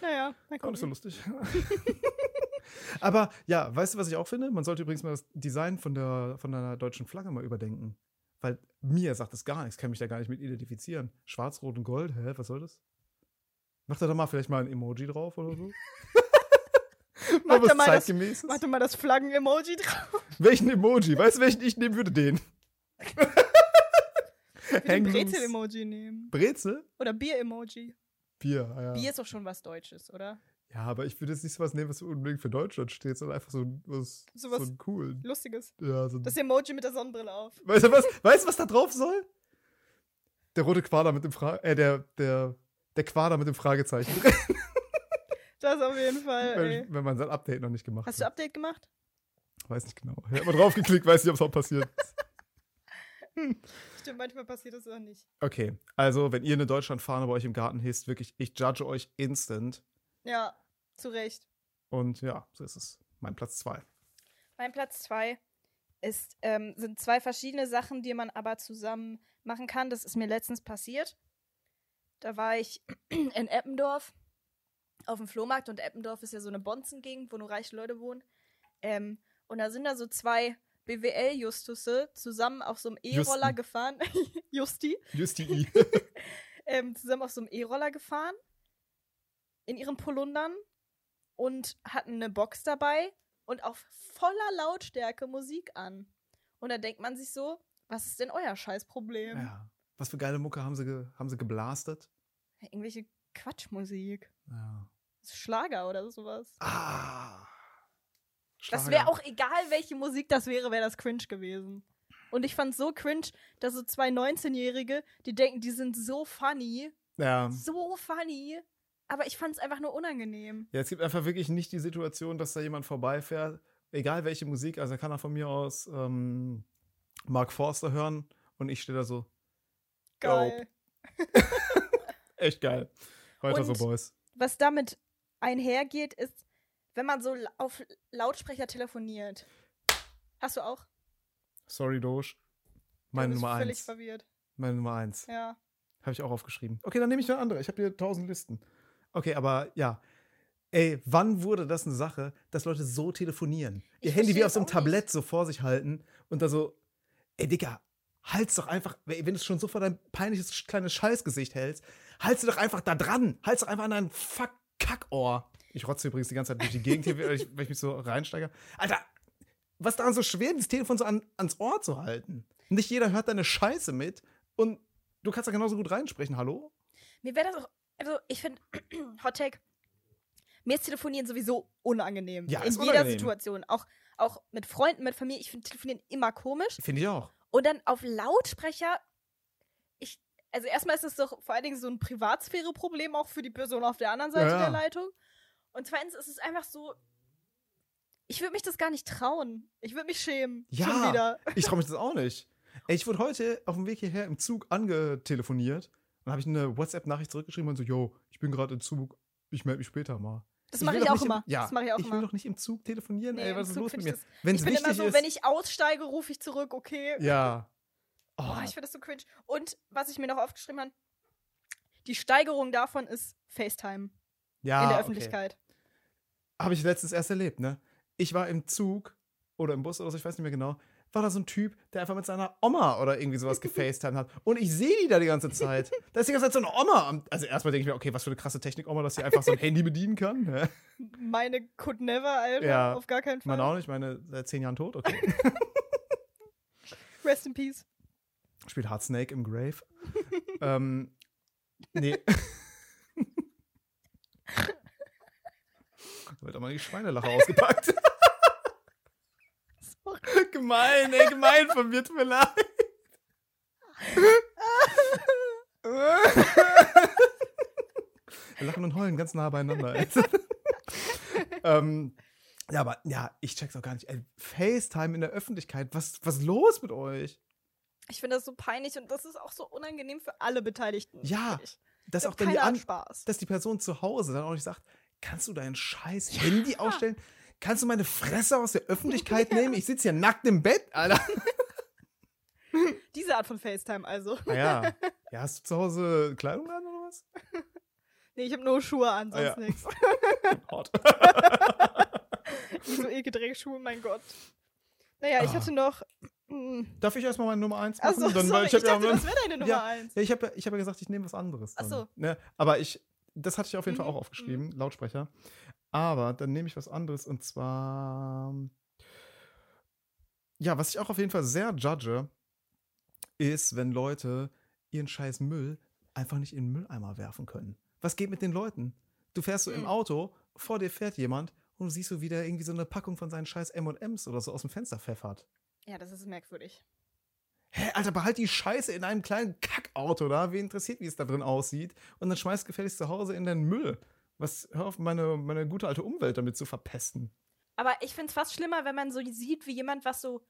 Naja, na auch guck. nicht so lustig. Aber ja, weißt du, was ich auch finde? Man sollte übrigens mal das Design von der, von der deutschen Flagge mal überdenken. Weil mir sagt das gar nichts, kann mich da gar nicht mit identifizieren. Schwarz, Rot und Gold, hä, was soll das? Macht er da mal vielleicht mal ein Emoji drauf oder so? mal Macht er was mal das- zeitgemäßes? Warte mal, das Flaggen-Emoji drauf. welchen Emoji? Weißt du, welchen ich nehmen würde? Den. Ich würde ein Hängen uns- Brezel-Emoji nehmen. Brezel? Oder Bier-Emoji. Bier, ah ja. Bier ist auch schon was Deutsches, oder? Ja, aber ich würde jetzt nicht sowas nehmen, was unbedingt für Deutschland steht, sondern einfach so ein- was, so, Sowas- ein coolen. Lustiges. Ja, so ein Das Emoji mit der Sonnenbrille auf. Weißt du was? Weißt du, was da drauf soll? Der rote Quader mit dem Fra äh, der, der, der Quader mit dem Fragezeichen, Äh. Das auf jeden Fall, ey. wenn, wenn man sein Update noch nicht gemacht Hast du hat. Update gemacht? Weiß nicht genau. Ich hab mal draufgeklickt, weiß nicht, ob es auch passiert. Stimmt, manchmal passiert das auch nicht. Okay, also, wenn ihr eine Deutschlandfahne bei euch im Garten hisst, wirklich, ich judge euch instant. Ja, zu Recht. Und ja, so ist es. Mein Platz 2. Mein Platz zwei ist, ähm, sind zwei verschiedene Sachen, die man aber zusammen machen kann. Das ist mir letztens passiert. Da war ich in Eppendorf auf dem Flohmarkt und Eppendorf ist ja so eine Bonzengegend, wo nur reiche Leute wohnen. Ähm, und da sind da so zwei BWL-Justusse zusammen auf so einem E-Roller Justen. gefahren. Justi. Just die I. ähm, zusammen auf so einem E-Roller gefahren, in ihren Polundern und hatten eine Box dabei und auf voller Lautstärke Musik an. Und da denkt man sich so, was ist denn euer Scheißproblem? ja. Was für geile Mucke haben sie, ge haben sie geblastet? Irgendwelche Quatschmusik. Ja. Schlager oder sowas. Ah. Das wäre auch egal, welche Musik das wäre, wäre das cringe gewesen. Und ich fand so cringe, dass so zwei 19-Jährige, die denken, die sind so funny, Ja. so funny, aber ich fand es einfach nur unangenehm. Ja, es gibt einfach wirklich nicht die Situation, dass da jemand vorbeifährt, egal welche Musik, also kann er von mir aus ähm, Mark Forster hören und ich stehe da so, Geil. echt geil. Weiter so, Und- Boys. was damit einhergeht, ist, wenn man so la- auf Lautsprecher telefoniert. Hast du auch? Sorry, Doge. Du Meine bist Nummer völlig eins. verwirrt. Meine Nummer eins. Ja. Habe ich auch aufgeschrieben. Okay, dann nehme ich eine andere. Ich habe hier tausend Listen. Okay, aber ja. Ey, wann wurde das eine Sache, dass Leute so telefonieren? Ihr Ich Handy wie versteh's auf so einem auch Tablett so vor sich halten und da so, ey, Digga, halt's doch einfach, ey, wenn du es schon so vor dein peinliches sch- kleines Scheißgesicht hältst, halt's du doch einfach da dran. Halt's doch einfach an dein fuck Kackohr. Ich rotze übrigens die ganze Zeit durch die Gegend hier, weil ich, weil ich mich so reinsteige. Alter, was daran so schwer, dieses Telefon so an, ans Ohr zu halten? Nicht jeder hört deine Scheiße mit und du kannst da genauso gut reinsprechen, hallo? Mir wäre das auch, also ich finde, Hottech, mir ist Telefonieren sowieso unangenehm. Ja, in ist jeder unangenehm. Situation. Auch, auch mit Freunden, mit Familie. Ich finde Telefonieren immer komisch. Finde ich auch. Und dann auf Lautsprecher, ich, also erstmal ist das doch vor allen Dingen so ein Privatsphäre-Problem auch für die Person auf der anderen Seite Ja, ja. der Leitung. Und zweitens ist es einfach so, ich würde mich das gar nicht trauen. Ich würde mich schämen. Ja. Schon wieder. Ich traue mich das auch nicht. Ey, ich wurde heute auf dem Weg hierher im Zug angetelefoniert. Dann habe ich eine WhatsApp-Nachricht zurückgeschrieben und so, yo, ich bin gerade im Zug, ich melde mich später mal. Das Ich mache will ich, doch auch nicht immer. Im, ja, das mache ich auch will immer. doch nicht im Zug telefonieren, Nee, ey, im was ist Zug los find mit ich mir? das- Wenn's Ich bin immer wichtig so, ist, wenn ich aussteige, rufe ich zurück, okay. Ja. Oh, Oh, ich finde das so cringe. Und was ich mir noch aufgeschrieben habe, die Steigerung davon ist FaceTime ja, in der Ah, okay. Öffentlichkeit. habe ich letztens erst erlebt, ne? Ich war im Zug oder im Bus oder so, ich weiß nicht mehr genau, war da so ein Typ, der einfach mit seiner Oma oder irgendwie sowas gefacetimed hat. Und ich sehe die da die ganze Zeit. Da ist die ganze Zeit so eine Oma. am- Also erstmal denke ich mir, okay, was für eine krasse Technik, Oma, dass sie einfach so ein Handy bedienen kann. ne? Meine could never, Alter. Ja. Auf gar keinen Fall. Man auch nicht, meine seit zehn Jahren tot, okay. Rest in peace. Spielt Hard Snake im Grave. ähm, nee. da wird auch mal die Schweinelache ausgepackt. Sorry. gemein, ey, gemein von mir, tut mir leid. Lachen und heulen ganz nah beieinander. ey. ähm, ja, aber ja, ich check's auch gar nicht. Ey, FaceTime in der Öffentlichkeit, was was los mit euch? Ich finde das so peinlich und das ist auch so unangenehm für alle Beteiligten. Ja, finde ich. Dass Ich auch glaub, dann die keiner hat An Spaß. dass die Person zu Hause dann auch nicht sagt, kannst du dein scheiß Handy ausstellen? Kannst du meine Fresse aus der Öffentlichkeit nehmen? Ich sitze hier nackt im Bett, Alter. Diese Art von FaceTime also. Ah ja. Ja, hast du zu Hause Kleidung an oder was? Nee, ich habe nur Schuhe an, Ah, sonst ja. nichts. Hot. So eklige Schuhe, mein Gott. Naja, ich Ah. hatte noch. Hm. Darf ich erstmal meine Nummer 1 machen? Achso, Dann- weil sorry. Ich hab ja dachte, mein- das wäre deine Nummer Ja. eins. Ja, ich habe ja, ich hab ja gesagt, ich nehme was anderes. Ach dann. so. Ne? Aber ich, das hatte ich auf jeden Fall Mhm, auch aufgeschrieben, Lautsprecher. Aber dann nehme ich was anderes und zwar. Ja, was ich auch auf jeden Fall sehr judge, ist, wenn Leute ihren scheiß Müll einfach nicht in den Mülleimer werfen können. Was geht mit den Leuten? Du fährst so im Mhm. Auto, vor dir fährt jemand und du siehst so wieder irgendwie so eine Packung von seinen scheiß MMs oder so aus dem Fenster pfeffert. Ja, das ist merkwürdig. Hä, Alter, behalt die Scheiße in einem kleinen Kackauto da. Wen interessiert, wie es da drin aussieht? Und dann schmeißt gefälligst zu Hause in den Müll. Was, hör auf, meine, meine gute alte Umwelt damit zu verpesten. Aber ich finde es fast schlimmer, wenn man so sieht, wie jemand was so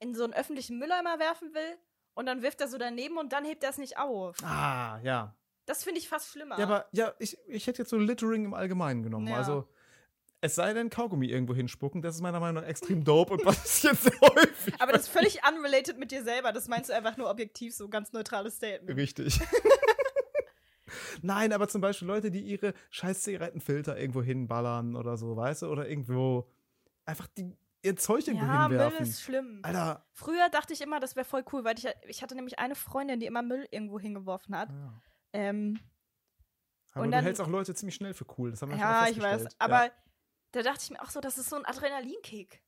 in so einen öffentlichen Mülleimer werfen will und dann wirft er so daneben und dann hebt er es nicht auf. Ah, ja. Das finde ich fast schlimmer. Ja, aber ja, ich, ich hätte jetzt so Littering im Allgemeinen genommen. Ja. Also, es sei denn, Kaugummi irgendwo hinspucken, das ist meiner Meinung nach extrem dope und passiert sehr häufig. Aber das ist völlig unrelated mit dir selber. Das meinst du einfach nur objektiv, so ganz neutrales Statement. Richtig. Nein, aber zum Beispiel Leute, die ihre scheiß Zigarettenfilter irgendwo hinballern oder so, weißt du? Oder irgendwo einfach die, ihr Zeug irgendwo Ja, Müll hinwerfen. ist schlimm. Alter. Früher dachte ich immer, das wäre voll cool, weil ich, ich hatte nämlich eine Freundin, die immer Müll irgendwo hingeworfen hat. Ähm, Aber Und du dann- hältst auch Leute ziemlich schnell für cool. Das haben wir schon ja, mal ich weiß. festgestellt. Aber da dachte ich mir auch so, das ist so ein Adrenalinkick.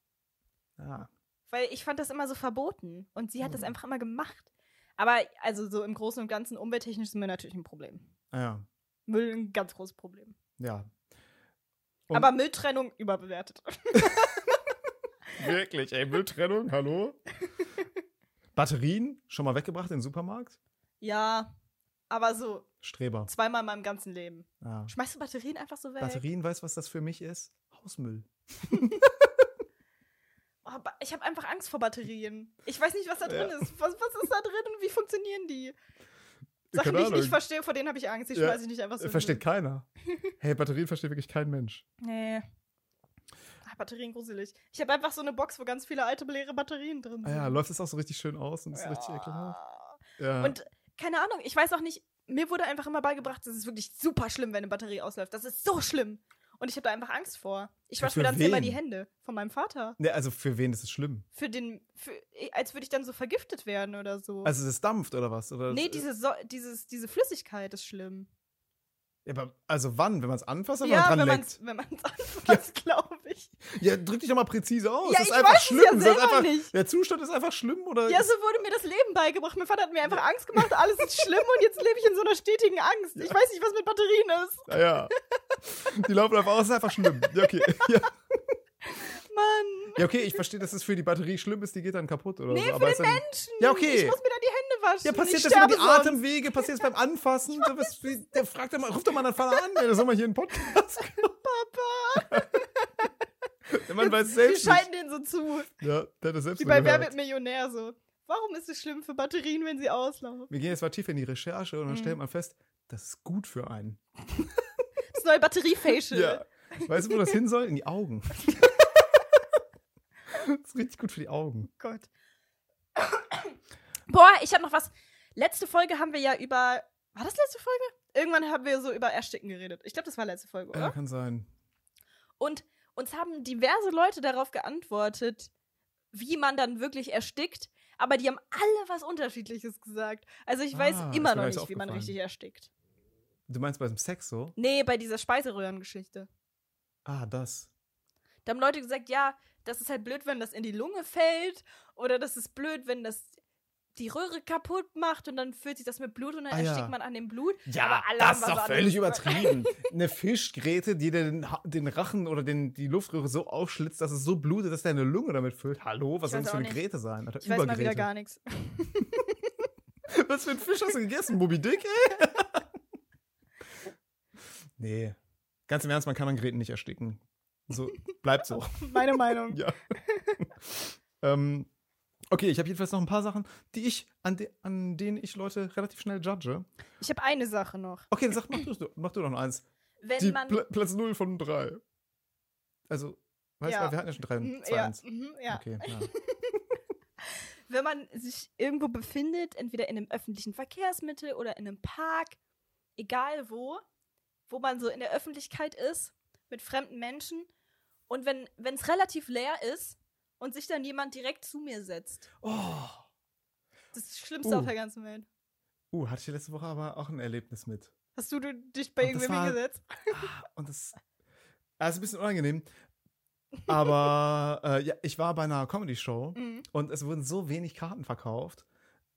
Ja. Ja. Weil ich fand das immer so verboten. Und sie hat das Hm. einfach immer gemacht. Aber also so im Großen und Ganzen umwelttechnisch ist mir natürlich ein Problem. Ja. Müll ein ganz großes Problem. ja. Und- Aber Mülltrennung überbewertet. Wirklich, ey, Mülltrennung, hallo? Batterien schon mal weggebracht in den Supermarkt? Ja, aber so Streber. zweimal in meinem ganzen Leben. Ja. Schmeißt du Batterien einfach so weg? Batterien, weißt du, was das für mich ist? Hausmüll. Oh, ba- ich habe einfach Angst vor Batterien. Ich weiß nicht, was da drin Ja. ist. Was, was ist da drin und wie funktionieren die? Keine Sachen, die ich Ahnung. nicht verstehe, vor denen habe ich Angst. Die Ja. schmeiße ich nicht einfach so. in Äh, den Versteht keiner. Hey, Batterien versteht wirklich kein Mensch. Nee. Ah, Batterien gruselig. Ich habe einfach so eine Box, wo ganz viele alte leere Batterien drin Ah sind. ja, läuft das auch so richtig schön aus und ist so richtig ekelhaft. ja. Ja. Und keine Ahnung, ich weiß auch nicht, mir wurde einfach immer beigebracht, das ist wirklich super schlimm, wenn eine Batterie ausläuft. Das ist so schlimm. Und ich habe da einfach Angst vor. Ich Ja, wasche mir für dann immer wen? die Hände von meinem Vater. Ne, also für wen ist es schlimm? Für den, für, als würde ich dann so vergiftet werden oder so. Also das dampft oder was? Oder nee, das, diese, so dieses, diese Flüssigkeit ist schlimm. Ja, aber also wann? Wenn man es anfasst oder ja, wenn man wenn dran man leckt? es wenn man's anfasst, glaube ich. Ja, drück dich doch mal präzise aus. das Ja, Oh, ist ich einfach weiß es schlimm. ja Das selber ist einfach, äh, nicht. Der Zustand ist einfach schlimm oder Ja, so wurde mir das Leben beigebracht. Mein Vater hat mir einfach Angst gemacht, alles ist schlimm und jetzt lebe ich in so einer stetigen Angst. Ich weiß nicht, was mit Batterien ist. Ja, ja. Die laufen einfach aus, ist einfach schlimm. Ja, okay. Ja, Mann. ja okay, ich verstehe, dass es für die Batterie schlimm ist, die geht dann kaputt oder Nee, so. für aber den ist dann- Menschen. Ja, okay. Ich muss mir dann die Hände waschen. Ja, ich passiert das über sterbe die Atemwege, passiert es beim Anfassen? Du bist, wie- der fragt doch mal, ruft doch mal einen Fall an, ey, das haben wir hier einen Podcast. Papa! Man weiß Wir selbst nicht. scheiden denen so zu. Ja, der hat das selbst Wie so bei Wer gehört. wird Millionär so. Warum ist es schlimm für Batterien, wenn sie auslaufen? Wir gehen jetzt mal tief in die Recherche und dann Mhm. stellt man fest, das ist gut für einen. Das neue Batteriefacial. Ja. Weißt du, wo das hin soll? In die Augen. das ist richtig gut für die Augen. Gott. Boah, ich habe noch was. Letzte Folge haben wir ja über. War das letzte Folge? Irgendwann haben wir so über Ersticken geredet. Ich glaube, das war letzte Folge, Ja, oder? kann sein. Und uns haben diverse Leute darauf geantwortet, wie man dann wirklich erstickt. Aber die haben alle was Unterschiedliches gesagt. Also ich weiß Ah, ist immer mir noch gar nicht, nicht wie man aufgefallen. richtig erstickt. Du meinst bei dem Sex so? Nee, bei dieser Speiseröhrengeschichte. Ah, das. Da haben Leute gesagt, ja, das ist halt blöd, wenn das in die Lunge fällt. Oder das ist blöd, wenn das die Röhre kaputt macht und dann füllt sich das mit Blut und dann Ah, ja. erstickt man an dem Blut. Ja, Aber alle das haben ist was doch anderes völlig gesagt. übertrieben. Eine Fischgräte, die den, Ha- den Rachen oder den, die Luftröhre so aufschlitzt, dass es so blutet, dass deine Lunge damit füllt. Hallo, was Ich soll weiß das für auch eine nicht. Gräte sein? Alter, Ich weiß mal wieder Übergräte. gar nichts. Was für ein Fisch hast du gegessen, Moby Dick, ey? nee. Ganz im Ernst, man kann an Gräten nicht ersticken. So, bleibt so. Meine Meinung. Ja. ähm, okay, ich habe jedenfalls noch ein paar Sachen, die ich, an, de an denen ich Leute relativ schnell judge. Ich habe eine Sache noch. Okay, dann sag, mach du, mach du doch noch eins. Wenn Die man. Pla Platz 0 von 3. Also, weißt Ja. du, wir hatten ja schon 3 Mhm, und 2 ja, eins. mhm, ja. Okay, ja. Wenn man sich irgendwo befindet, entweder in einem öffentlichen Verkehrsmittel oder in einem Park, egal wo, wo man so in der Öffentlichkeit ist, mit fremden Menschen, und wenn es relativ leer ist und sich dann jemand direkt zu mir setzt. Oh. Das ist das Schlimmste Uh. auf der ganzen Welt. Uh, hatte ich letzte Woche aber auch ein Erlebnis mit. Hast du du dich bei Und das irgendwem war- hingesetzt? Ah, Und das ah, ist ein bisschen unangenehm. Aber äh, ja, ich war bei einer Comedy-Show Mhm. und es wurden so wenig Karten verkauft,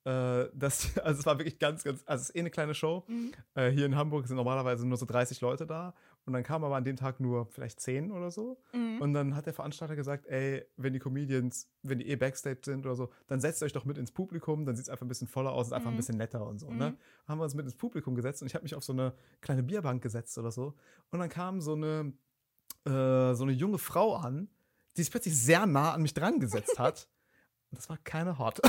äh, dass, also es war wirklich ganz, ganz, also es ist eh eine kleine Show. Mhm. Äh, hier in Hamburg sind normalerweise nur so 30 Leute da und dann kamen aber an dem Tag nur vielleicht 10 oder so. Mhm. Und dann hat der Veranstalter gesagt, ey, wenn die Comedians, wenn die eh Backstage sind oder so, dann setzt euch doch mit ins Publikum, dann sieht es einfach ein bisschen voller aus, ist einfach Mhm. ein bisschen netter und so. Mhm. Ne? Haben wir uns mit ins Publikum gesetzt und ich habe mich auf so eine kleine Bierbank gesetzt oder so. Und dann kam so eine, äh, so eine junge Frau an, die sich plötzlich sehr nah an mich dran gesetzt hat. Und das war keine Hot.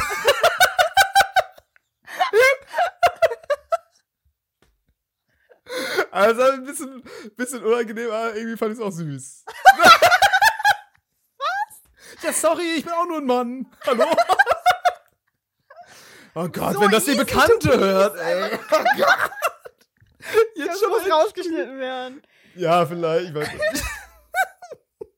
Also ein bisschen, bisschen unangenehm, aber irgendwie fand ich es auch süß. Ja, sorry, ich bin auch nur ein Mann. Hallo? Oh Gott, So wenn das die easy to Bekannte please, hört, ey. Oh Gott. Jetzt Das schon muss mal- rausgeschnitten werden. Ja, vielleicht. Ich weiß nicht. Das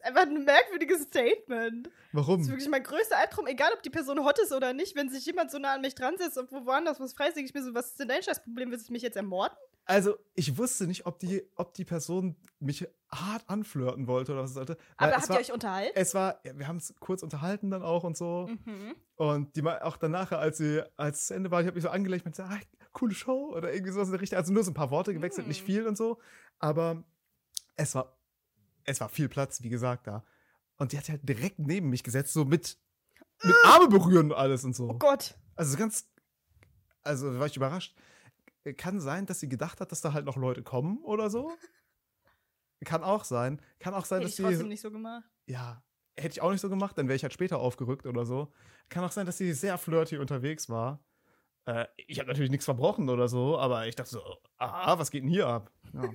ist einfach ein merkwürdiges Statement. Das ist Warum? wirklich mein größter Albtraum, egal ob die Person hot ist oder nicht, wenn sich jemand so nah an mich dran setzt und wo woanders was frei, ist, denke ich mir so, was ist denn dein Scheißproblem? Willst du mich jetzt ermorden? Also, ich wusste nicht, ob die, ob die Person mich hart anflirten wollte oder was es sollte. weil Aber es habt war, ihr euch unterhalten? Es war, ja, wir haben es kurz unterhalten dann auch und so. Mhm. Und die mal auch danach, als sie als es Ende war, ich habe mich so angelegt und gesagt, ah, coole Show oder irgendwie sowas in der Richtung. Also nur so ein paar Worte gewechselt, Hm. nicht viel und so. Aber es war, es war viel Platz, wie gesagt, da. Und die hat sich halt direkt neben mich gesetzt, so mit, mit Arme berühren und alles und so. Ah! Oh Gott. Also ganz, also war ich überrascht. Kann sein, dass sie gedacht hat, dass da halt noch Leute kommen oder so. Kann auch sein. Kann auch sein, Hätte dass ich sie trotzdem nicht so gemacht. ja, hätte ich auch nicht so gemacht, dann wäre ich halt später aufgerückt oder so. Kann auch sein, dass sie sehr flirty unterwegs war. Äh, ich habe natürlich nichts verbrochen oder so, aber ich dachte so, ah, was geht denn hier ab? Ja.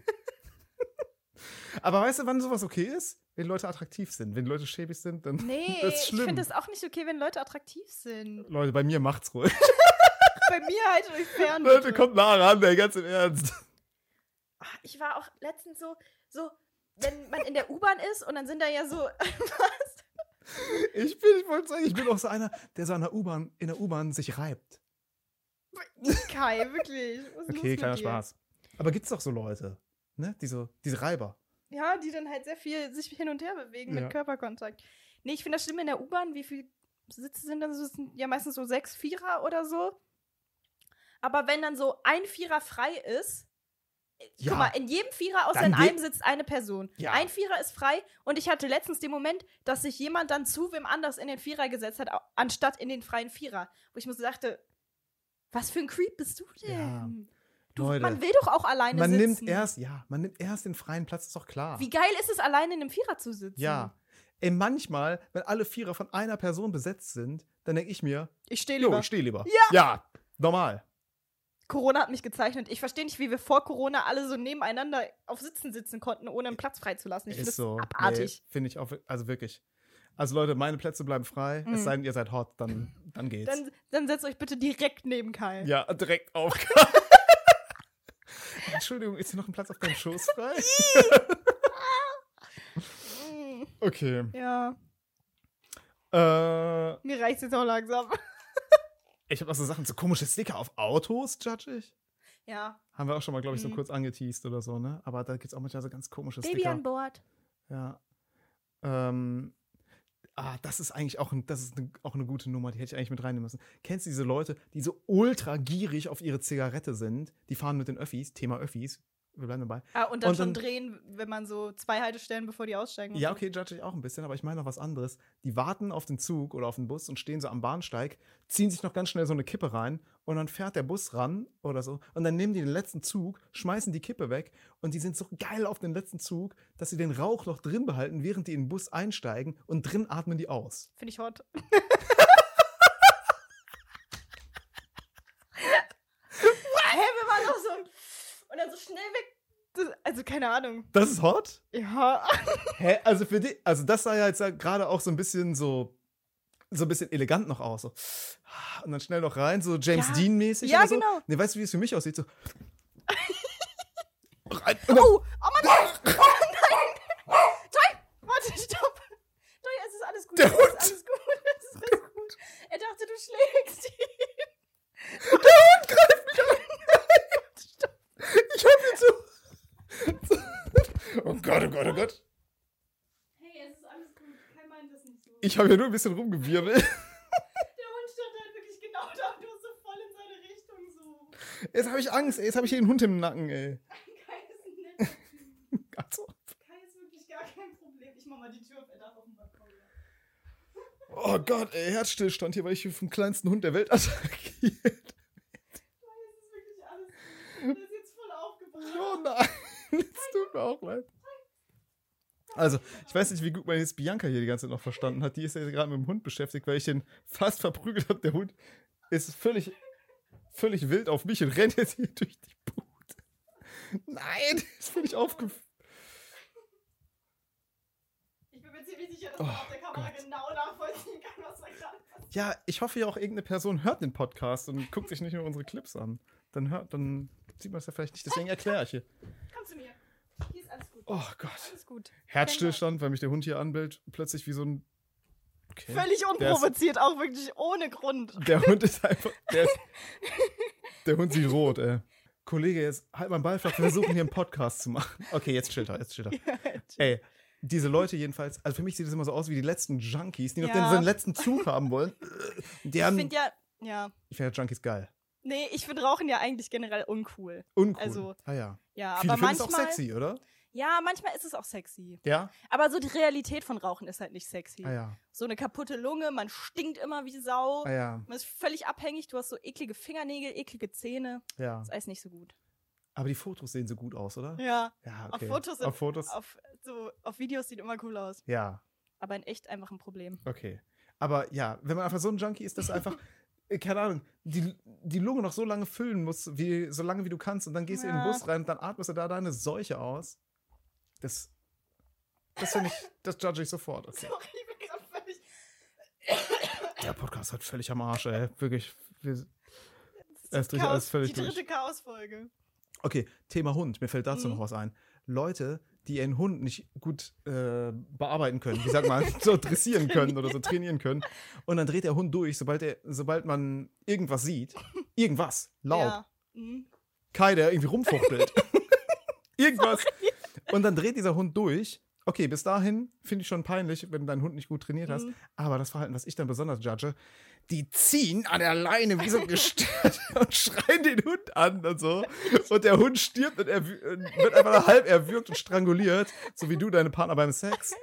aber weißt du, wann sowas okay ist? Wenn Leute attraktiv sind. Wenn Leute schäbig sind, dann. Nee, Das ist ich schlimm. finde es auch nicht okay, wenn Leute attraktiv sind. Leute, bei mir macht's ruhig. bei mir halt durch fern. Leute, kommt nah ran, ey, ganz im Ernst. Ach, Ah, ich war auch letztens so, so, wenn man in der U-Bahn ist und dann sind da ja so, was? Ich bin, ich wollte sagen, ich bin auch so einer, der so an der U-Bahn, in der U-Bahn sich reibt. Kai, wirklich. Was ist los Okay, mit kleiner dir? Spaß. Aber gibt's doch so Leute, ne? Diese, diese Reiber. Ja, die dann halt sehr viel sich hin und her bewegen Ja. mit Körperkontakt. Nee, ich finde das schlimm in der U-Bahn, wie viele Sitze sind dann so, es sind ja meistens so sechs Vierer oder so. Aber wenn dann so ein Vierer frei ist, äh, Ja. guck mal, in jedem Vierer außer Dann in we- einem sitzt eine Person. Ja. Ein Vierer ist frei und ich hatte letztens den Moment, dass sich jemand dann zu wem anders in den Vierer gesetzt hat, au- anstatt in den freien Vierer. Wo ich mir so dachte, was für ein Creep bist du Ja. denn? Du, Leute, man will doch auch alleine man sitzen. nimmt erst, ja, man nimmt erst den freien Platz, ist doch klar. Wie geil ist es, alleine in einem Vierer zu sitzen? Ah. Ja. Ey, manchmal, wenn alle Vierer von einer Person besetzt sind, dann denke ich mir, Ich stehe jo, lieber. ich stehe lieber. Ja. Ja, normal. Corona hat mich gezeichnet. Ich verstehe nicht, wie wir vor Corona alle so nebeneinander auf Sitzen sitzen konnten, ohne einen Platz freizulassen. Ich finde ist das so. abartig. Nee, Finde ich auch, also wirklich. Also Leute, meine Plätze bleiben frei. Mhm. Es sei denn, ihr seid hot, dann, dann geht's. Dann, dann setzt euch bitte direkt neben Kai. ja, direkt auf. Entschuldigung, ist hier noch ein Platz auf deinem Schoß frei? Mm, Okay. ja. Äh, mir reicht jetzt auch langsam. ich habe auch so Sachen, so komische Sticker auf Autos, judge ich. Ja. Haben wir auch schon mal, glaube ich, so Mhm. kurz angeteased oder so, ne? Aber da gibt's auch manchmal so ganz komische Baby Sticker. an Bord. Ja. Ähm, ah, das ist eigentlich auch, ein, das ist eine, auch eine gute Nummer, die hätte ich eigentlich mit reinnehmen müssen. Kennst du diese Leute, die so ultra gierig auf ihre Zigarette sind? Die fahren mit den Öffis, Thema Öffis, wir bleiben dabei. Ah, und dann Und schon dann- drehen, wenn man so zwei Haltestellen, bevor die aussteigen. und Ja, so. okay, judge ich auch ein bisschen, aber ich meine noch was anderes. Die warten auf den Zug oder auf den Bus und stehen so am Bahnsteig, ziehen sich noch ganz schnell so eine Kippe rein und dann fährt der Bus ran oder so und dann nehmen die den letzten Zug, schmeißen die Kippe weg und die sind so geil auf den letzten Zug, dass sie den Rauch noch drin behalten, während die in den Bus einsteigen und drin atmen die aus. Finde ich hot. Hä, wir waren doch so. Und dann so schnell weg. Das, also, keine Ahnung. Das ist hot? Ja. Hä? Also für die, also das sah ja jetzt ja gerade auch so ein bisschen so, so ein bisschen elegant noch aus. So. Und dann schnell noch rein, so James Ja. Dean-mäßig. Ja, oder so. genau. Ne, weißt du, wie es für mich aussieht? So. rein, und dann, Oh, oh Mann! Oh nein! Toi! Warte, stopp! Toi, es ist alles gut. Der es ist Hund. alles gut. Es ist alles gut. Er dachte, du schlägst ihn. Ich hab jetzt so. so- Oh Gott, oh Gott, oh Gott. Hey, es ist alles gut. Kein meint das nicht so. Ich habe hier nur ein bisschen rumgewirbelt. Der Hund stand halt wirklich genau da und du hast so voll in seine Richtung so. Jetzt habe ich Angst, ey. Jetzt habe ich hier einen Hund im Nacken, ey. Kai ist ein netter Typ. Also, Kai ist wirklich gar kein Problem. Ich mach mal die Tür auf, er darf auf den Balkon. oh Gott, ey. Herzstillstand hier, weil ich hier vom kleinsten Hund der Welt attackiert. Kai, es ist wirklich alles gut. Er ist jetzt voll aufgebracht. Oh nein, es tut mir auch leid. Also, ich weiß nicht, wie gut man jetzt Bianca hier die ganze Zeit noch verstanden hat. Die ist ja gerade mit dem Hund beschäftigt, weil ich den fast verprügelt habe. Der Hund ist völlig, völlig wild auf mich und rennt jetzt hier durch die Bude. Nein, ist völlig aufgefallen. Ich bin mir ziemlich sicher, dass Oh man auf der Kamera Gott. genau nachvollziehen kann, was da gerade passiert. Ja, ich hoffe ja auch, irgendeine Person hört den Podcast und guckt sich nicht nur unsere Clips an. Dann, hört, dann sieht man es ja vielleicht nicht. Deswegen erkläre ich hier. Komm zu mir. Hier ist alles gut. Oh Gott. Alles gut. Herzstillstand, weil mich der Hund hier anbellt. Plötzlich wie so ein. Okay. Völlig unprovoziert, auch wirklich ohne Grund. Der Hund ist einfach. Der, ist, der Hund sieht rot, ey. Kollege, jetzt halt mal einen Ball flach. Wir versuchen hier einen Podcast zu machen. Okay, jetzt chillt er, jetzt chillt er. Ey, diese Leute jedenfalls, also für mich sieht es immer so aus wie die letzten Junkies, die noch Ja. den, so einen letzten Zug haben wollen. Die Ich haben, finde ja, ja. ich finde ja Junkies geil. Nee, ich finde Rauchen ja eigentlich generell uncool. Uncool. Also, ah ja. Ja, Viele aber finden es auch manchmal. sexy, oder? Ja, manchmal ist es auch sexy. Ja? Aber so die Realität von Rauchen ist halt nicht sexy. Ah ja. So eine kaputte Lunge, man stinkt immer wie Sau. Ah ja. Man ist völlig abhängig, du hast so eklige Fingernägel, eklige Zähne. Ja. Das ist alles nicht so gut. Aber die Fotos sehen so gut aus, oder? Ja. Ja, Auf Fotos sind- Auf Fotos. Auf, so, auf Videos sieht immer cool aus. ja. Aber in echt einfach ein Problem. Okay. Aber ja, wenn man einfach so ein Junkie ist, dass du einfach, äh, keine Ahnung, die, die Lunge noch so lange füllen musst, wie, so lange wie du kannst, und dann gehst du in den Ja. Bus rein und dann atmest du da deine Seuche aus. Das, das finde ich, das judge ich sofort. Okay. Sorry, ich bin gerade völlig. Der Podcast hat völlig am Arsch, ey. Wirklich. Wir, ist Es durch Chaos, alles völlig die durch. dritte Chaosfolge. Okay, Thema Hund. Mir fällt dazu Mhm. noch was ein. Leute, die ihren Hund nicht gut äh, bearbeiten können, wie sagt man, so dressieren können oder so trainieren können. Und dann dreht der Hund durch, sobald, er, sobald man irgendwas sieht. Irgendwas. Laub. Ja. Mhm. Kai, der irgendwie rumfuchtelt. Irgendwas. Und dann dreht dieser Hund durch. Okay, bis dahin finde ich schon peinlich, wenn du deinen Hund nicht gut trainiert hast. Mhm. Aber das Verhalten, was ich dann besonders judge, die ziehen an der Leine wie so gestört und schreien den Hund an und so. Und der Hund stirbt und er wird einfach nur halb erwürgt und stranguliert, so wie du deine Partner beim Sex.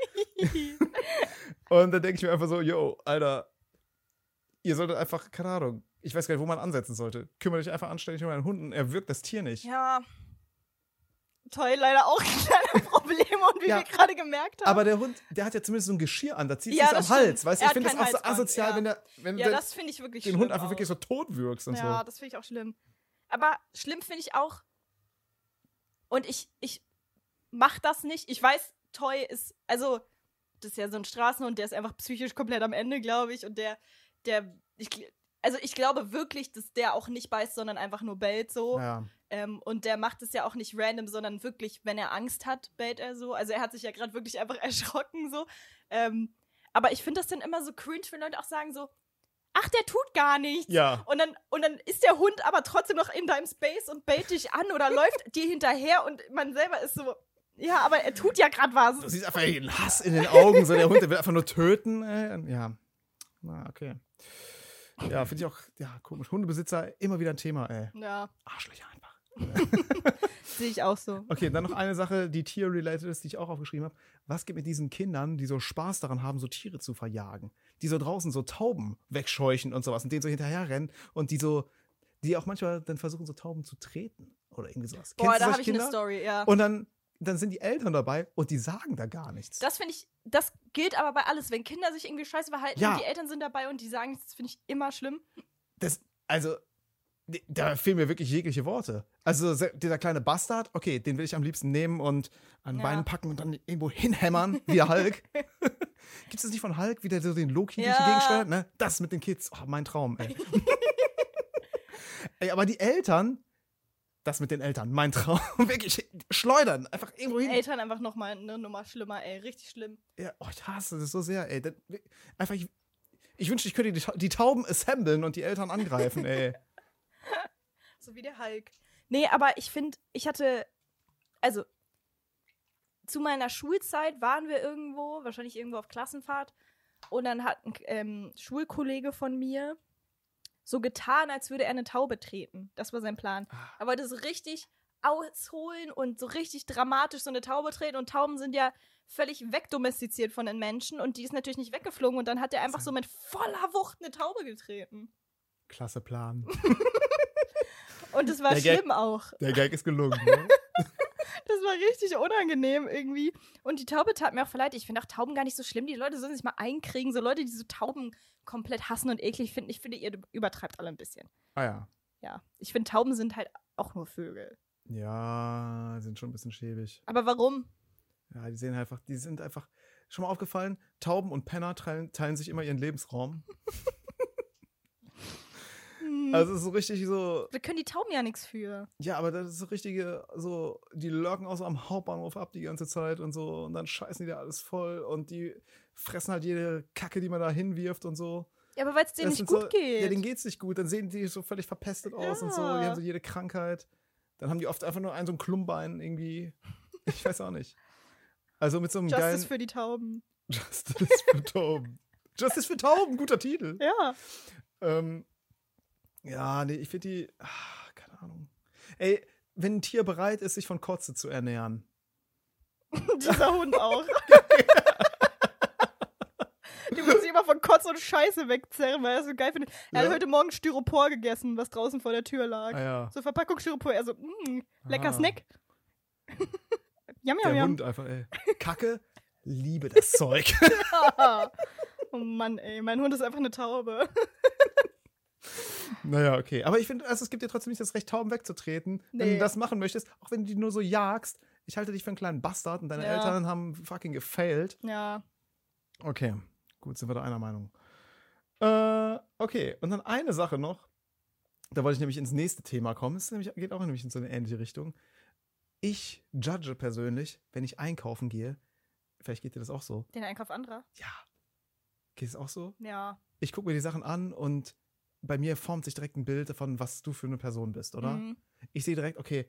Und dann denke ich mir einfach so, yo, Alter, ihr solltet einfach, keine Ahnung, ich weiß gar nicht, wo man ansetzen sollte. Kümmere dich einfach anständig um deinen Hund und er wirkt das Tier nicht. Ja. Toll, leider auch kleine Probleme und wie Ja. wir gerade gemerkt haben. Aber der Hund, der hat ja zumindest so ein Geschirr an, da zieht Ja, es am das Hals, weißt stimmt. du? Er Ich hat finde das kein auch so Halsband, asozial, ja. wenn, der, wenn ja, der, das finde ich wirklich den schlimm. Hund einfach auch. wirklich so tot wirkst und Ja, so. das finde ich auch schlimm. Aber schlimm finde ich auch. Und ich, ich mach das nicht. Ich weiß, Toy ist, also, das ist ja so ein Straßenhund, der ist einfach psychisch komplett am Ende, glaube ich. Und der, der, ich, gl- also ich glaube wirklich, dass der auch nicht beißt, sondern einfach nur bellt so. Ja. Ähm, und der macht es ja auch nicht random, sondern wirklich, wenn er Angst hat, bellt er so. Also er hat sich ja gerade wirklich einfach erschrocken so. Ähm, aber ich finde das dann immer so cringe, wenn Leute auch sagen so, ach, der tut gar nichts. ja. Und dann, und dann ist der Hund aber trotzdem noch in deinem Space und bellt dich an oder läuft dir hinterher und man selber ist so, ja, aber er tut ja gerade Du was. siehst einfach den Hass in den Augen, so der Hund, der will einfach nur töten. Äh, ja. Na, okay. Ja, finde ich auch, ja, komisch. Hundebesitzer, immer wieder ein Thema, ey. Ja, Arschlöcher einfach. sehe ich auch so. Okay, dann noch eine Sache, die tier-related ist, die ich auch aufgeschrieben habe. Was gibt mit diesen Kindern, die so Spaß daran haben, so Tiere zu verjagen? Die so draußen so Tauben wegscheuchen und sowas und denen so hinterherrennen und die so, die auch manchmal dann versuchen, so Tauben zu treten oder irgendwie sowas. Boah, Kennst du da solche habe ich Kinder? eine Story, ja. Und dann, dann sind die Eltern dabei und die sagen da gar nichts. Das finde ich, das gilt aber bei alles. Wenn Kinder sich irgendwie scheiße verhalten Ja. und die Eltern sind dabei und die sagen, nichts, das finde ich immer schlimm. das, also, d- da fehlen mir wirklich jegliche Worte. Also, se- dieser kleine Bastard, okay, den will ich am liebsten nehmen und an Ja. Beinen packen und dann irgendwo hinhämmern, wie der Hulk. Gibt es das nicht von Hulk, wie der so den Loki durch die Ja. Gegend steuert? Ne? Das mit den Kids, oh, mein Traum, ey. ey. Aber die Eltern, das mit den Eltern, mein Traum, wirklich schleudern, einfach irgendwo hin. Eltern einfach nochmal eine Nummer schlimmer, ey, richtig schlimm. Ja, oh, ich hasse das so sehr, ey. Das, einfach, ich, ich wünschte, ich könnte die, Ta- die Tauben assemblen und die Eltern angreifen, ey. So wie der Hulk. Nee, aber ich finde, ich hatte, also zu meiner Schulzeit waren wir irgendwo, wahrscheinlich irgendwo auf Klassenfahrt. Und dann hat ein ähm, Schulkollege von mir so getan, als würde er eine Taube treten. Das war sein Plan. Ah. Er wollte so richtig ausholen und so richtig dramatisch so eine Taube treten. Und Tauben sind ja völlig wegdomestiziert von den Menschen. Und die ist natürlich nicht weggeflogen. Und dann hat er einfach so mit voller Wucht eine Taube getreten. Klasse Plan. Und das war Der Gag- schlimm auch. Der Gag ist gelungen. Ne? Das war richtig unangenehm irgendwie. Und die Taube tat mir auch voll leid. Ich finde auch Tauben gar nicht so schlimm. Die Leute sollen sich mal einkriegen. So Leute, die so Tauben komplett hassen und eklig finden. Ich finde, ihr übertreibt alle ein bisschen. ah ja. Ja. Ich finde, Tauben sind halt auch nur Vögel. Ja, sind schon ein bisschen schäbig. Aber warum? Ja, die sehen halt einfach, die sind einfach. Schon mal aufgefallen, Tauben und Penner teilen, teilen sich immer ihren Lebensraum. Hm. Also es ist so richtig so, wir können die Tauben ja nichts für. ja, aber das ist so richtige, so, die lurken auch so am Hauptbahnhof ab die ganze Zeit und so und dann scheißen die da alles voll und die fressen halt jede Kacke, die man da hinwirft und so. Ja, aber weil es denen Das nicht sind gut so, geht. Ja, denen geht's nicht gut. Dann sehen die so völlig verpestet aus und so. Die Ja. haben so jede Krankheit. Dann haben die oft einfach nur einen so ein Klumpbein irgendwie. Ich weiß auch nicht. Also mit so einem Justice geilen für die Tauben. Justice für Tauben. Justice für Tauben, guter Titel. Ja. Ähm, ja, nee, ich finde die. ah, keine Ahnung. Ey, wenn ein Tier bereit ist, sich von Kotze zu ernähren. Dieser Hund auch. Die muss sich immer von Kotz und Scheiße wegzerren, weil er das so geil findet. Er Ja. hat heute Morgen Styropor gegessen, was draußen vor der Tür lag. Ah ja. So Verpackung Styropor, er so, mm, lecker Ah. Snack. Jam, Der jam, jam. Hund einfach, ey. Kacke, liebe das Zeug. oh Mann, ey, mein Hund ist einfach eine Taube. Naja, okay. Aber ich finde, also, es gibt dir trotzdem nicht das Recht, Tauben wegzutreten, wenn du Nee. das machen möchtest, auch wenn du die nur so jagst. Ich halte dich für einen kleinen Bastard und deine Ja. Eltern haben fucking gefailt. Ja, Okay, gut, sind wir da einer Meinung. Äh, okay, und dann eine Sache noch, Da wollte ich nämlich ins nächste Thema kommen. Es ist nämlich, geht auch nämlich in so eine ähnliche Richtung. Ich judge persönlich, wenn ich einkaufen gehe. Vielleicht geht dir das auch so. Den Einkauf anderer? Ja. Geht es auch so? Ja. Ich gucke mir die Sachen an und bei mir formt sich direkt ein Bild davon, was du für eine Person bist, oder? Mhm. Ich sehe direkt, okay,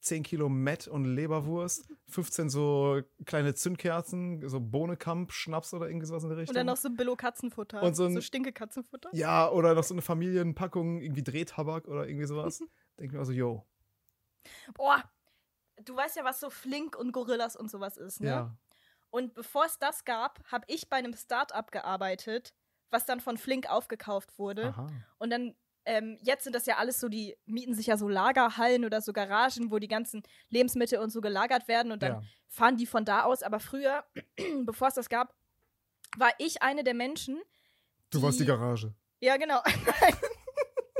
10 Kilo Met und Leberwurst, 15 so kleine Zündkerzen, so Bohnenkamp, Schnaps oder irgendwas in der Richtung. Und dann noch so Billo-Katzenfutter. Und so so, ein- Stinke-Katzenfutter. Ja, oder noch so eine Familienpackung, irgendwie Drehtabak oder irgendwie sowas. Denke mir also, yo. Boah, du weißt ja, was so Flink und Gorillas und sowas ist, ne? Ja. Und bevor es das gab, habe ich bei einem Start-up gearbeitet, was dann von Flink aufgekauft wurde. Aha. ne? Und dann, ähm, jetzt sind das ja alles so, die mieten sich ja so Lagerhallen oder so Garagen, wo die ganzen Lebensmittel und so gelagert werden und Ja. dann fahren die von da aus. Aber früher, bevor es das gab, war ich eine der Menschen, Du warst die die- Garage. ja, genau.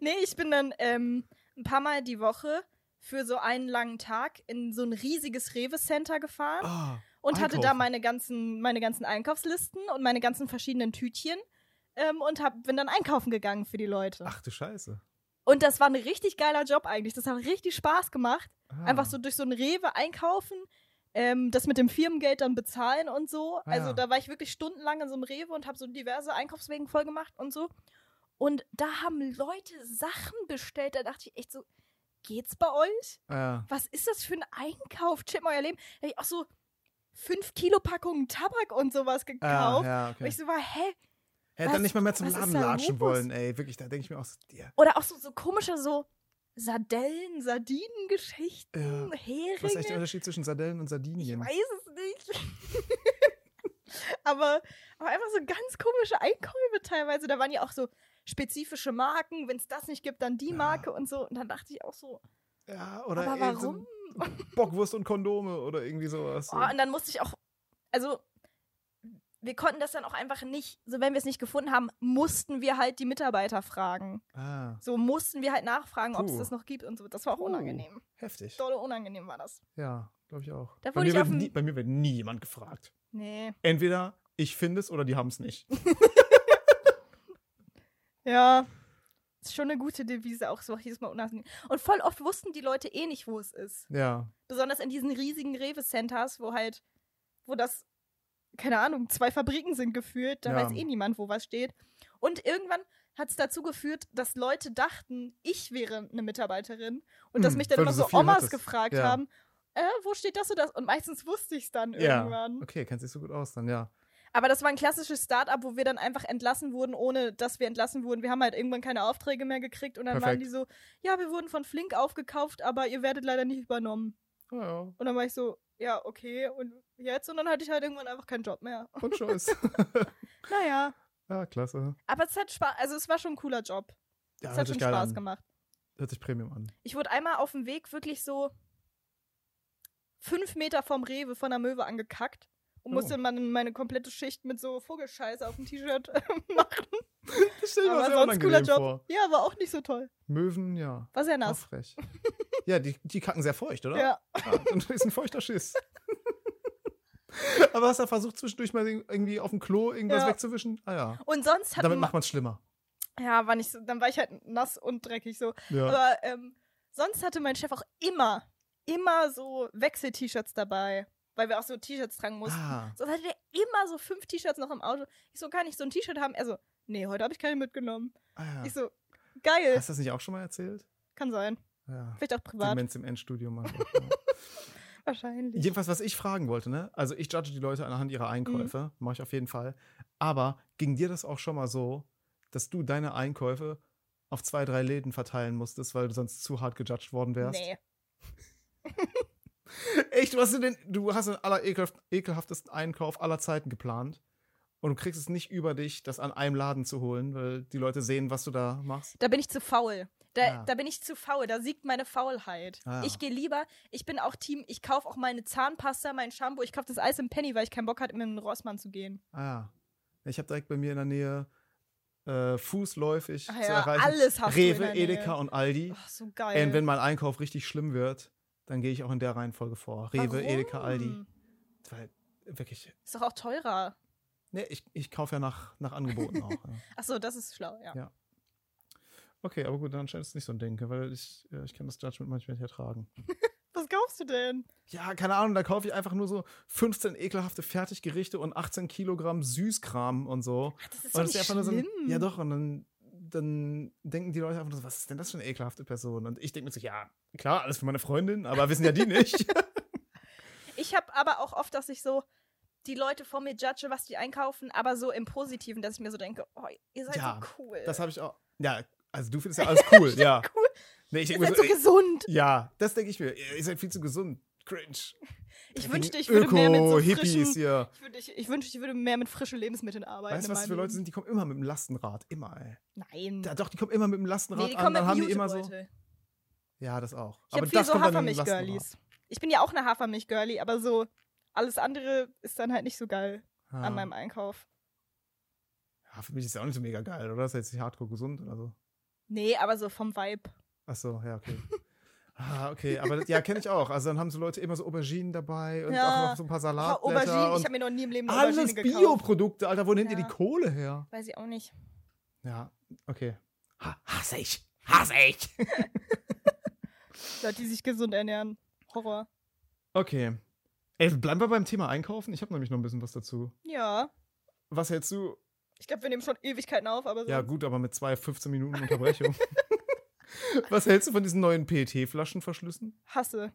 nee, ich bin dann ähm, ein paar Mal die Woche für so einen langen Tag in so ein riesiges Rewe-Center gefahren Ah. und hatte da einkaufen. meine ganzen, meine ganzen Einkaufslisten und meine ganzen verschiedenen Tütchen ähm, und hab, bin dann einkaufen gegangen für die Leute. Ach du Scheiße. Und das war ein richtig geiler Job eigentlich. Das hat richtig Spaß gemacht. Ah. Einfach so durch so ein Rewe einkaufen, ähm, das mit dem Firmengeld dann bezahlen und so. Ah, also ja. da war ich wirklich stundenlang in so einem Rewe und habe so diverse Einkaufswegen voll gemacht und so. Und da haben Leute Sachen bestellt. Da dachte ich echt so, geht's bei euch? Ja. Was ist das für ein Einkauf? Chip mal euer Leben. Da hab ich auch so fünf Kilo Packungen Tabak und sowas Ah, Ja, gekauft. ja, Und okay. ich so war, hä? Hätte dann was- nicht mal mehr zum was ist Laden da latschen los? wollen, ey. Wirklich, da denke ich mir auch so, dir. Oder auch so, so komische so Sardellen, Sardinengeschichten, Ja. Was ist Heringe. echt der Unterschied zwischen Sardellen und Ich Sardinien? weiß es nicht. aber, aber einfach so ganz komische Einkäufe teilweise. Da waren ja auch so spezifische Marken. Wenn es das nicht gibt, dann die Ja. Marke und so. Und dann dachte ich auch so, Ja, oder aber irgend so warum? Bockwurst und Kondome oder irgendwie sowas. Oh, und dann musste ich auch, also wir konnten das dann auch einfach nicht, so wenn wir es nicht gefunden haben, mussten wir halt die Mitarbeiter fragen. ah, So mussten wir halt nachfragen, ob es Puh. das noch gibt und so. Das war auch Puh. unangenehm. heftig. Dolle unangenehm war das. Ja, glaube ich auch. Da bei, wurde mir ich wird auf dem- nie, bei mir wird nie jemand gefragt. Nee. Entweder ich finde es oder die haben es nicht. Ja. Ist schon eine gute Devise, auch so jedes Mal unangenehm. Und voll oft wussten die Leute eh nicht, wo es ist. Ja. Besonders in diesen riesigen Rewe-Centers, wo halt, wo das, keine Ahnung, zwei Fabriken sind geführt, da Ja. weiß eh niemand, wo was steht. Und irgendwann hat es dazu geführt, dass Leute dachten, ich wäre eine Mitarbeiterin und dass Hm, mich dann weil du immer so so viel Omas hattest. gefragt Ja. haben, äh, wo steht das und das? Und meistens wusste ich es dann Ja. irgendwann. Okay, kennt sich so gut aus dann, ja. Aber das war ein klassisches Start-up, wo wir dann einfach entlassen wurden, ohne dass wir entlassen wurden. Wir haben halt irgendwann keine Aufträge mehr gekriegt und dann waren Perfekt. die so, ja, wir wurden von Flink aufgekauft, aber ihr werdet leider nicht übernommen. Oh, ja. Und dann war ich so, ja, okay, und jetzt? Und dann hatte ich halt irgendwann einfach keinen Job mehr. Und Choice. Naja, ja, klasse. aber es hat Spaß, also es war schon ein cooler Job. Ja, es hat schon Spaß an. gemacht. Hört sich Premium an. Ich wurde einmal auf dem Weg wirklich so fünf Meter vom Rewe von der Möwe angekackt und Oh. musste dann meine komplette Schicht mit so Vogelscheiße auf dem T-Shirt Das stell Aber sonst cooler Job. Ja, war auch nicht so toll. Möwen, ja. War sehr Auch nass. frech. ja, die, die kacken sehr feucht, oder? Ja. ja dann ist ein feuchter Schiss. Aber hast du versucht, zwischendurch mal irgendwie auf dem Klo irgendwas Ja. wegzuwischen? Ah ja. Und sonst hatten Damit macht man es schlimmer. ja, war nicht so, dann war ich halt nass und dreckig so. Ja. Aber ähm, sonst hatte mein Chef auch immer, immer so Wechsel-T-Shirts dabei, weil wir auch so T-Shirts tragen mussten. Ah, Sonst hatte der immer so fünf T-Shirts noch im Auto. Ich so, kann ich so ein T-Shirt haben? Er so, nee, heute habe ich keine mitgenommen. ah Ich ja. so, geil, Hast du das nicht auch schon mal erzählt? kann sein. Ja. Vielleicht auch privat. Demenz im Endstudio machen. Ja. Wahrscheinlich. Jedenfalls, was ich fragen wollte, ne? Also ich judge die Leute anhand ihrer Mhm. Einkäufe, mache ich auf jeden Fall. Aber ging dir das auch schon mal so, dass du deine Einkäufe auf zwei, drei Läden verteilen musstest, weil du sonst zu hart gejudged worden wärst? Nee. Echt, du hast den, du hast den aller ekelhaft, ekelhaftesten Einkauf aller Zeiten geplant. Und du kriegst es nicht über dich, das an einem Laden zu holen, weil die Leute sehen, was du da machst. Da bin ich zu faul. Da, Ah. da bin ich zu faul. Da siegt meine Faulheit. Ah, ja. Ich gehe lieber, ich bin auch Team, ich kaufe auch meine Zahnpasta, mein Shampoo, ich kaufe das Eis im Penny, weil ich keinen Bock hatte, mit dem Rossmann zu gehen. Ah ja. Ich habe direkt bei mir in der Nähe äh, fußläufig Ach zu Ah ja, erreichen. alles hast du in Rewe, der Nähe. Edeka und Aldi. Ach, so geil. Und wenn mein Einkauf richtig schlimm wird, dann gehe ich auch in der Reihenfolge vor. Rewe, Warum? Edeka, Aldi. Weil wirklich. ne, Ist doch auch teurer. Nee, ich, ich kaufe ja nach, nach Angeboten auch. Ja. Achso, das ist schlau, ja. Ja. Okay, aber gut, dann scheint es nicht so ein Denken, weil ich, ja, ich kann das Judgment manchmal nicht ertragen. Was kaufst du denn? Ja, keine Ahnung, da kaufe ich einfach nur so 15 ekelhafte Fertiggerichte und 18 Kilogramm Süßkram und so. und Das Oh, das einfach nur so ein- schlimm. ja, doch, und dann, dann denken die Leute einfach nur so, was ist denn das für eine ekelhafte Person? Und ich denke mir so, ja, klar, alles für meine Freundin, aber wissen ja die nicht. Ich habe aber auch oft, dass ich so die Leute vor mir judge, was die einkaufen, aber so im Positiven, dass ich mir so denke, oh, ihr seid Ja, so cool. das habe ich auch. Ja, also du findest ja alles cool, ja. cool. Nee, ich Ihr denk mir seid so, so ey, gesund. ja, das denke ich mir. Ihr seid viel zu gesund. Cringe. Ich Fucking wünschte, ich würde mehr mit so Öko-Hippies frischen, hier. ich, würd- ich, ich wünschte, ich würde mehr mit frischen Lebensmitteln arbeiten. Weißt du, in was das für meinem Leute Leben. sind? Die kommen immer mit dem Lastenrad. Immer, ey. Nein. Ja, doch, die kommen immer mit dem Lastenrad nee, die halt an. kommen Dann haben mit die immer so. Jutebeutel. Ja, das auch. Ich habe viel so Hafermilch-Girlies. Ich bin ja auch eine Hafermilch-Girlie, aber so alles andere ist dann halt nicht so geil Ja. an meinem Einkauf. ja, für mich ist ja auch nicht so mega geil, oder? Das ist jetzt nicht hardcore gesund oder so. Nee, aber so vom Vibe. Ach so, ja, okay. ah, okay, aber das- ja, kenne ich auch. Also dann haben so Leute immer so Auberginen dabei und Ja. auch noch so ein paar Ah, Salatblätter Aubergine, ich und habe mir noch nie im Leben eine alles Aubergine gekauft. Bioprodukte, Alter. Wo nimmt ihr Ja. die Kohle her? Weiß ich auch nicht. Ja, okay. Ha hasse ich. Hasse ich. Leute, die sich gesund ernähren. Horror. Okay. Ey, bleiben wir beim Thema Einkaufen. Ich habe nämlich noch ein bisschen was dazu. Ja. Was hältst du? Ich glaube, wir nehmen schon Ewigkeiten auf, aber so. Ja, gut, aber mit zwei 15 Minuten Unterbrechung. was hältst du von diesen neuen PET-Flaschenverschlüssen? Hasse.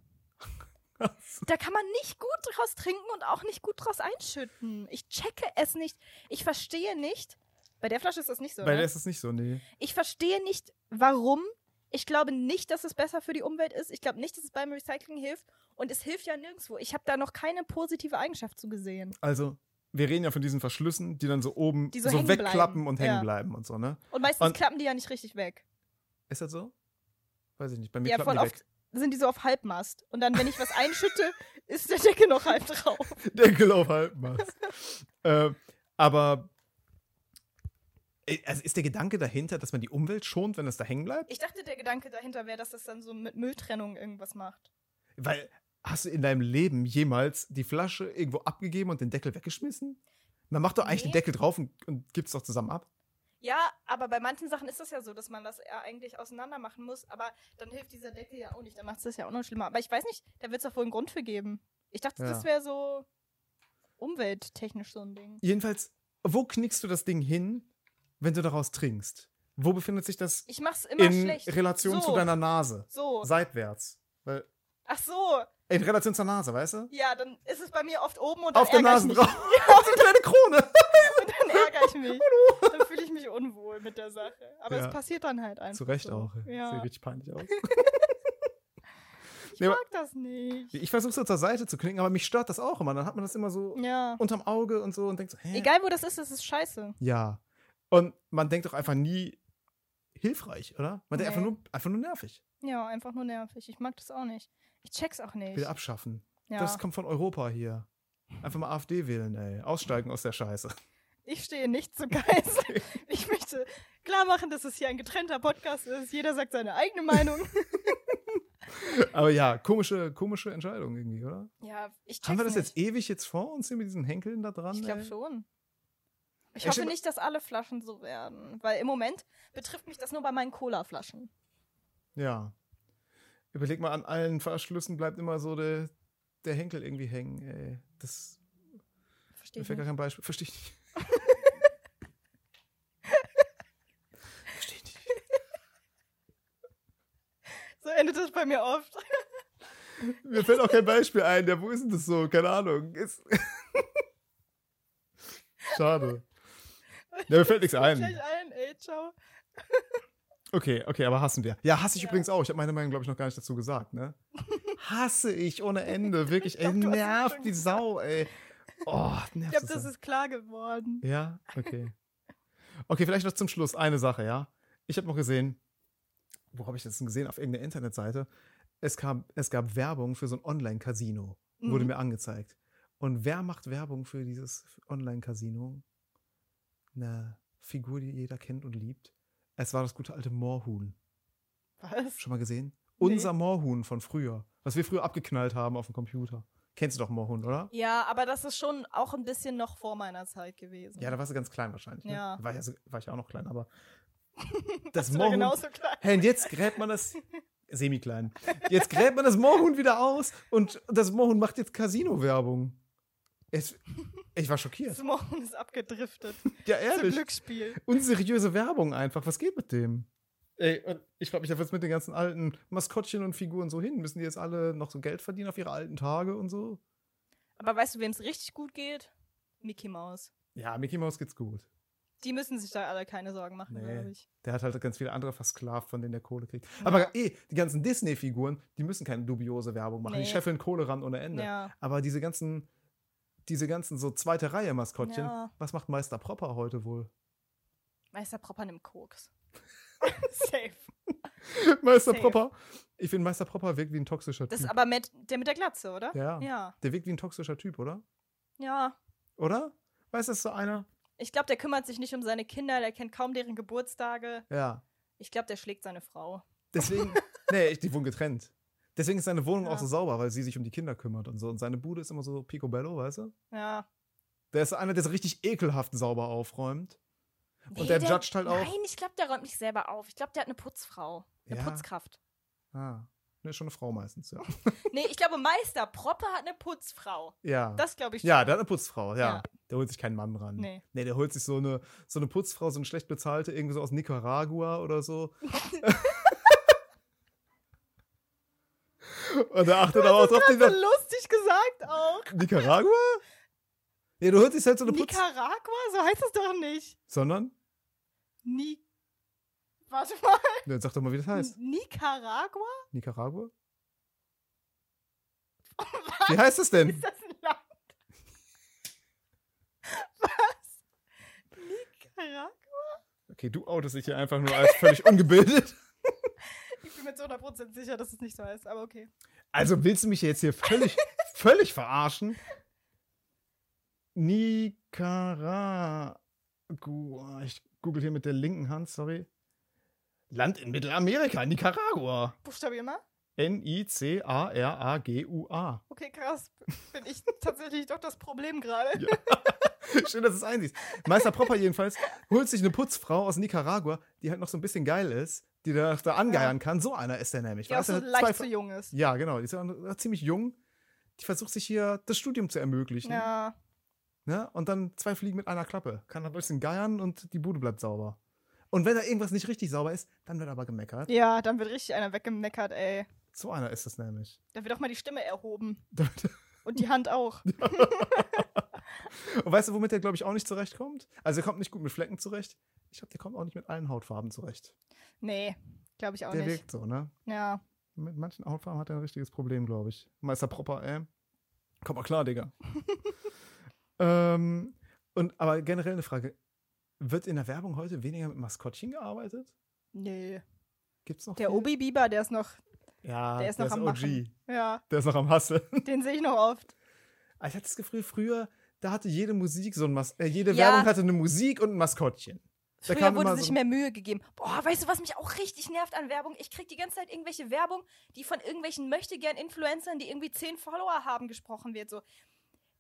Da kann man nicht gut draus trinken und auch nicht gut draus einschütten. Ich checke es nicht. Ich verstehe nicht. Bei der Flasche ist das nicht so. Weil ne? das ist nicht so, nee. Ich verstehe nicht, warum. Ich glaube nicht, dass es besser für die Umwelt ist. Ich glaube nicht, dass es beim Recycling hilft. Und es hilft ja nirgendwo. Ich habe da noch keine positive Eigenschaft zu gesehen. Also, wir reden ja von diesen Verschlüssen, die dann so oben Die so so, hängen wegklappen bleiben. und hängen Ja. bleiben und so, ne? Und meistens Und- klappen die ja nicht richtig weg. Ist das so? Weiß ich nicht. Bei mir ja, klappen voll die oft sind die so auf Halbmast. Und dann, wenn ich was einschütte, ist der Deckel noch halb drauf. weg. Deckel auf Halbmast. äh, aber äh, also ist der Gedanke dahinter, dass man die Umwelt schont, wenn das da hängen bleibt? Ich dachte, der Gedanke dahinter wäre, dass das dann so mit Mülltrennung irgendwas macht. Weil hast du in deinem Leben jemals die Flasche irgendwo abgegeben und den Deckel weggeschmissen? Man macht doch eigentlich Nee. den Deckel drauf und, und gibt's doch zusammen ab. Ja, aber bei manchen Sachen ist das ja so, dass man das ja eigentlich auseinander machen muss. Aber dann hilft dieser Deckel ja auch nicht. Dann macht es das ja auch noch schlimmer. Aber ich weiß nicht, da wird es doch wohl einen Grund für geben. Ich dachte, Ja. das wäre so umwelttechnisch so ein Ding. Jedenfalls, wo knickst du das Ding hin, wenn du daraus trinkst? Wo befindet sich das Ich mach's immer in schlecht. Relation So. zu deiner Nase? so. Seitwärts. Weil, Ach so. in Relation zur Nase, weißt du? Ja, dann ist es bei mir oft oben und dann Auf der ärgere ich Nase mich. drauf. Auf so eine kleine Krone. Und dann ärgere ich mich. dann fühle ich mich unwohl mit der Sache. Aber Ja. es passiert dann halt einfach. Zu Recht so. auch. Ja. Sieht richtig peinlich aus. Ich Nee, aber- mag das nicht. Ich versuche so zur Seite zu knicken, aber mich stört das auch immer. Dann hat man das immer so Ja. unterm Auge und so und denkt so, hä? Egal wo das ist, das ist scheiße. Ja. Und man denkt doch einfach nie hilfreich, oder? Man denkt Nee. einfach, nur, einfach nur nervig. Ja, einfach nur nervig. Ich mag das auch nicht. Ich check's auch nicht. Wieder abschaffen. Ja. Das kommt von Europa hier. Einfach mal AfD wählen, ey. Aussteigen aus der Scheiße. Ich stehe nicht zu Geiz. Ich möchte klar machen, dass es hier ein getrennter Podcast ist. Jeder sagt seine eigene Meinung. Aber ja, komische, komische Entscheidung irgendwie, oder? Ja, ich check's Haben wir das nicht. jetzt ewig jetzt vor uns hier mit diesen Henkeln da dran? Ich glaube ey? schon. Ich Ey, hoffe stimmt. nicht, dass alle Flaschen so werden, weil im Moment betrifft mich das nur bei meinen Cola-Flaschen. Ja. Überleg mal, an allen Verschlüssen bleibt immer so der, der Henkel irgendwie hängen, ey. Das Verstehe mir ich. fällt gar Nicht. kein Beispiel. Verstehe ich nicht. Verstehe ich nicht. So endet das bei mir oft. Mir fällt auch kein Beispiel ein. Ja, wo ist denn das so? Keine Ahnung. Ist Schade. Ja, mir fällt nichts Gleich ein. ein, ey, ciao. Okay, okay, aber hassen wir. Ja, hasse ich Ja. übrigens auch. Ich habe meine Meinung, glaube ich, noch gar nicht dazu gesagt, ne? Hasse ich ohne Ende. Wirklich, glaub, ey, du hast es nervt schon die Sau, ey. Oh, Ich nervt glaube, das das so. ist klar geworden. Ja, okay. Okay, vielleicht noch zum Schluss eine Sache, ja. Ich habe noch gesehen, wo habe ich das denn gesehen? Auf irgendeiner Internetseite. Es, kam, es gab Werbung für so ein Online-Casino, wurde Mhm. mir angezeigt. Und wer macht Werbung für dieses Online-Casino? Eine Figur, die jeder kennt und liebt. Es war das gute alte Moorhuhn. Was? Schon mal gesehen? Nee. Unser Moorhuhn von früher, was wir früher abgeknallt haben auf dem Computer. Kennst du doch Moorhuhn, oder? Ja, aber das ist schon auch ein bisschen noch vor meiner Zeit gewesen. Ja, da warst du ganz klein wahrscheinlich. Ne? Ja. War, ja so, war ich auch noch klein, aber Das Oder Moorhuhn. genauso klein. Hey, und jetzt gräbt man das. Semi-klein. Jetzt gräbt man das Moorhuhn wieder aus und das Moorhuhn macht jetzt Casino-Werbung. Es- Ich war schockiert. Das Morgen ist abgedriftet. Ja, Zum ehrlich. Glücksspiel. Unseriöse Werbung einfach. Was geht mit dem? Ey, und ich frage mich, was mit den ganzen alten Maskottchen und Figuren so hin? Müssen die jetzt alle noch so Geld verdienen auf ihre alten Tage und so? Aber weißt du, wem es richtig gut geht? Mickey Mouse. Ja, Mickey Mouse geht's gut. Die müssen sich da alle keine Sorgen machen, Nee. glaube ich. Der hat halt ganz viele andere versklavt, von denen der Kohle kriegt. Aber eh, die ganzen Disney-Figuren, die müssen keine dubiose Werbung machen. Nee. Die scheffeln Kohle ran ohne Ende. Ja. Aber diese ganzen, diese ganzen so zweite Reihe Maskottchen, Ja. was macht Meister Propper heute wohl? Meister Propper nimmt Koks. Safe. Meister Safe. Propper? Ich finde, Meister Propper wirkt wie ein toxischer Das ist Typ. aber mit, der mit der Glatze, oder? Ja. Ja. Der wirkt wie ein toxischer Typ, oder? Ja. Oder? Weißt du, das ist so einer? Ich glaube, der kümmert sich nicht um seine Kinder, der kennt kaum deren Geburtstage. Ja. Ich glaube, der schlägt seine Frau. Deswegen, nee, die wohnen getrennt. Deswegen ist seine Wohnung Ja. auch so sauber, weil sie sich um die Kinder kümmert und so. Und seine Bude ist immer so picobello, weißt du? Ja. Der ist einer, der so richtig ekelhaft sauber aufräumt. Und Nee, der judgt halt auch. Nein, ich glaube, der räumt nicht selber auf. Ich glaube, der hat eine Putzfrau. Eine Ja. Putzkraft. Ah, ne, schon eine Frau meistens, ja. Nee, ich glaube, Meister Propper hat eine Putzfrau. Ja, Das glaube ich ja der hat eine Putzfrau, ja. Ja. Der holt sich keinen Mann ran. Nee. Nee, der holt sich so eine, so eine Putzfrau, so eine schlecht bezahlte, irgendwie so aus Nicaragua oder so. und der achtet aber auch drauf, den So lustig gesagt auch. Nicaragua? Ja, du holst dich halt so eine Putz... Nicaragua? So heißt es doch nicht. Sondern? Ni. Warte mal. Ja, sag doch mal, wie das Hm. heißt. Nicaragua? Nicaragua? Wie heißt das denn? Ist das ein Land? Was? Nicaragua? Okay, du outest dich hier einfach nur als völlig ungebildet. Ich bin mir zu 100% sicher, dass es nicht so heißt, aber okay. Also willst du mich jetzt hier völlig, völlig verarschen? Nicaragua. Ich google hier mit der linken Hand, sorry. Land in Mittelamerika, Nicaragua. Buchstabier mal. N-I-C-A-R-A-G-U-A. Okay, krass. Bin ich tatsächlich doch das Problem gerade. Ja. Schön, dass du es einsiehst. Meister Propper jedenfalls holt sich eine Putzfrau aus Nicaragua, die halt noch so ein bisschen geil ist, die da, da angeiern kann. So einer ist der nämlich. Ja, weißt du, so hat leicht zu zwei, jung ist. ja genau. Die ist ja noch ziemlich jung. Die versucht sich hier das Studium zu ermöglichen. Ja. Ne? Und dann zwei Fliegen mit einer Klappe. Kann ein bisschen geiern und die Bude bleibt sauber. Und wenn da irgendwas nicht richtig sauber ist, dann wird aber gemeckert. ja, dann wird richtig einer weggemeckert, ey. So einer ist das nämlich. Da wird auch mal die Stimme erhoben. Und die Hand auch. Und weißt du, womit der, glaube ich, auch nicht zurechtkommt? Also, er kommt nicht gut mit Flecken zurecht. Ich glaube, der kommt auch nicht mit allen Hautfarben zurecht. Nee, glaube ich auch der nicht. wirkt so, ne? Ja. Mit manchen Hautfarben hat er ein richtiges Problem, glaube ich. Meister Propper, ey. Komm mal klar, Digga. ähm, und, aber generell eine Frage. Wird in der Werbung heute weniger mit Maskottchen gearbeitet? Nee. Gibt's noch Der viel? Obi Bieber, der ist noch, Ja, der ist noch am Machen. ja, Der ist noch am Hustle. den sehe ich noch oft. Aber ich hatte das Gefühl, früher, da hatte jede Musik so ein Mas äh, jede Ja. Werbung hatte eine Musik und ein Maskottchen. Da Früher kam wurde immer sich so- mehr Mühe gegeben. Boah, weißt du, was mich auch richtig nervt an Werbung? Ich krieg die ganze Zeit irgendwelche Werbung, die von irgendwelchen möchtegern Influencern, die irgendwie zehn Follower haben, gesprochen wird. So,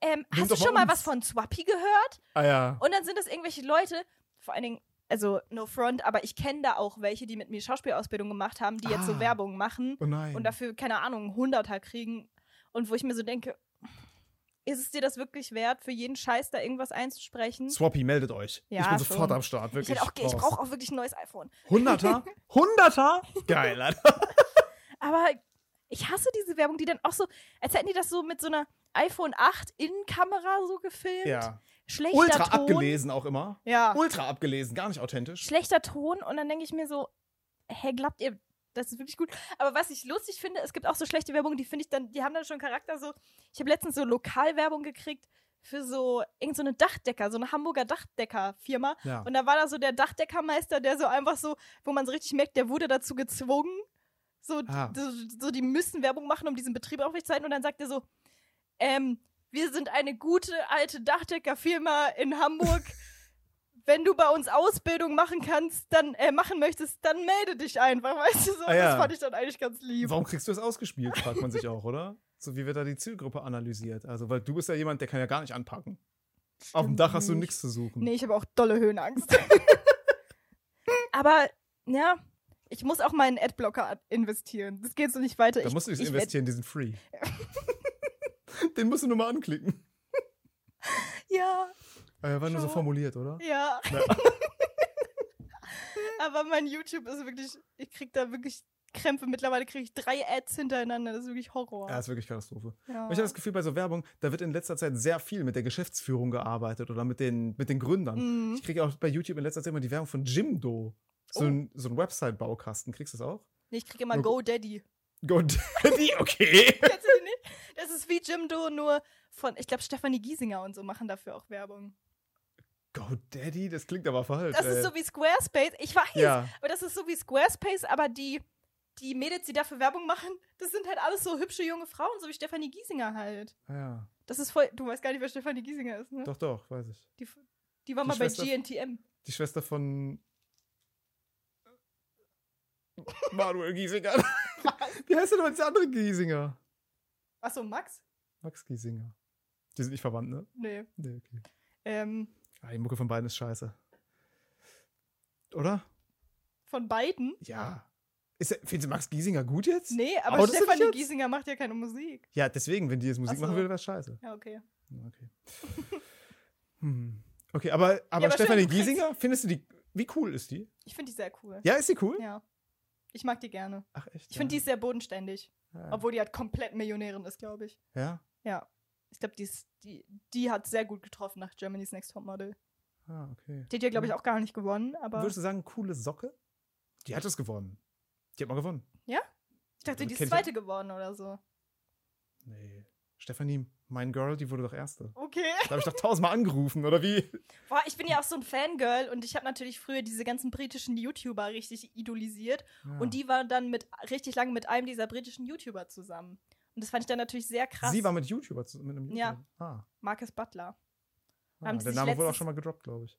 ähm, Nimm hast du doch mal schon mal uns. was von Swappy gehört? Ah ja. Und dann sind das irgendwelche Leute, vor allen Dingen, also no front, aber ich kenne da auch welche, die mit mir Schauspielausbildung gemacht haben, die jetzt so Ah. Werbung machen Oh nein. und dafür, keine Ahnung, Hunderter kriegen. Und wo ich mir so denke, ist es dir das wirklich wert, für jeden Scheiß da irgendwas einzusprechen? Swappy, meldet euch. Ja, ich bin schon. sofort am Start, Ich, wirklich. hätte auch, ge- ich raus. brauche auch wirklich ein neues iPhone. Hunderter? Hunderter? Geil, Alter. Aber ich hasse diese Werbung, die dann auch so, als hätten die das so mit so einer iPhone 8 Innenkamera so gefilmt. Ja. Schlechter Ultra Ton. abgelesen auch immer. Ja. Ultra abgelesen, gar nicht authentisch. schlechter Ton und dann denke ich mir so, hä, glaubt ihr, das ist wirklich gut. Aber was ich lustig finde, es gibt auch so schlechte Werbung, die finde ich dann, die haben dann schon Charakter so. Ich habe letztens so Lokalwerbung gekriegt für so irgend so eine Dachdecker, so eine Hamburger Dachdecker-Firma. Ja. Und da war da so der Dachdeckermeister, der so einfach so, wo man so richtig merkt, der wurde dazu gezwungen. So, Ah. so, so die müssen Werbung machen, um diesen Betrieb aufrechtzuerhalten. Und dann sagt er so, ähm, wir sind eine gute alte Dachdeckerfirma in Hamburg. Wenn du bei uns Ausbildung machen kannst, dann äh, machen möchtest, dann melde dich einfach, weißt du so. Ah, ja. Das fand ich dann eigentlich ganz lieb. Warum kriegst du es ausgespielt, fragt man sich auch, oder? So wie wird da die Zielgruppe analysiert? Also, weil du bist ja jemand, der kann ja gar nicht anpacken. Auf dem Dach hast du nicht. nichts zu suchen. Nee, ich habe auch dolle Höhenangst. Aber, ja, ich muss auch mal in Adblocker investieren. Das geht so nicht weiter. Da ich, musst du nicht ich werd- investieren, die sind free. Den musst du nur mal anklicken. Ja, Äh, war nur so Schau. formuliert, oder? ja. Ja. Aber mein YouTube ist wirklich, ich krieg da wirklich Krämpfe. Mittlerweile kriege ich drei Ads hintereinander. Das ist wirklich Horror. Ja, ist wirklich Katastrophe. Ja. Aber Ich habe das Gefühl, bei so Werbung, da wird in letzter Zeit sehr viel mit der Geschäftsführung gearbeitet oder mit den, mit den Gründern. Mhm. Ich kriege auch bei YouTube in letzter Zeit immer die Werbung von Jimdo. So Oh. ein, so ein Website-Baukasten. Kriegst du das auch? Nee, ich kriege immer Nur- GoDaddy. GoDaddy, okay. Kennst du den nicht? Das ist wie Jimdo, nur von, ich glaube, Stefanie Giesinger und so machen dafür auch Werbung. GoDaddy, das klingt aber falsch. Das ist so wie Squarespace. Ich weiß, Ja, aber das ist so wie Squarespace, aber die, die Mädels, die dafür Werbung machen, das sind halt alles so hübsche junge Frauen, so wie Stefanie Giesinger halt. ja. Das ist voll. Du weißt gar nicht, wer Stefanie Giesinger ist, ne? Doch, doch, weiß ich. Die, die war Die mal bei Schwester- GNTM. Die Schwester von Manuel Giesinger. Wie heißt denn noch der andere Giesinger? Achso, Max? Max Giesinger. Die sind nicht verwandt, ne? Nee. Nee, okay. Ähm, Ah, die Mucke von beiden ist scheiße. Oder? von beiden? Ja. Ist, der- finden Sie Max Giesinger gut jetzt? Nee, aber Outest du dich Stefanie jetzt? Giesinger macht ja keine Musik. Ja, deswegen, wenn die jetzt Musik Ach so. machen würde, wäre es scheiße. Ja, okay. Ja, Okay. hm. Okay, aber, aber, aber Stefanie schön, du kriegst- Giesinger, findest du die. Wie cool ist die? Ich finde die sehr cool. Ja, ist die cool? ja. Ich mag die gerne. Ach, echt? Ich finde, die ja. ist sehr bodenständig. Ja. Obwohl die halt komplett Millionärin ist, glaube ich. Ja. Ja. Ich glaube, die, ist- die, die hat sehr gut getroffen nach Germany's Next Topmodel. Ah, okay. Die hat ja, glaube ich, auch gar nicht gewonnen, aber Würdest du sagen, coole Socke? Die hat es gewonnen. Die hat mal gewonnen. ich dachte, die kenn ist ich- zweite geworden oder so. Nee. Stefanie, mein Girl, die wurde doch Erste. Okay. Da habe ich doch tausendmal angerufen, oder wie? Boah, ich bin ja auch so ein Fangirl und ich habe natürlich früher diese ganzen britischen YouTuber richtig idolisiert. Ja. Und die war dann mit richtig lange mit einem dieser britischen YouTuber zusammen. Und das fand ich dann natürlich sehr krass. Sie war mit YouTuber zu- mit einem YouTuber. Ja. Ah. Marcus Butler. ah Haben sie der sich Name wurde auch letztens- schon mal gedroppt, glaube ich.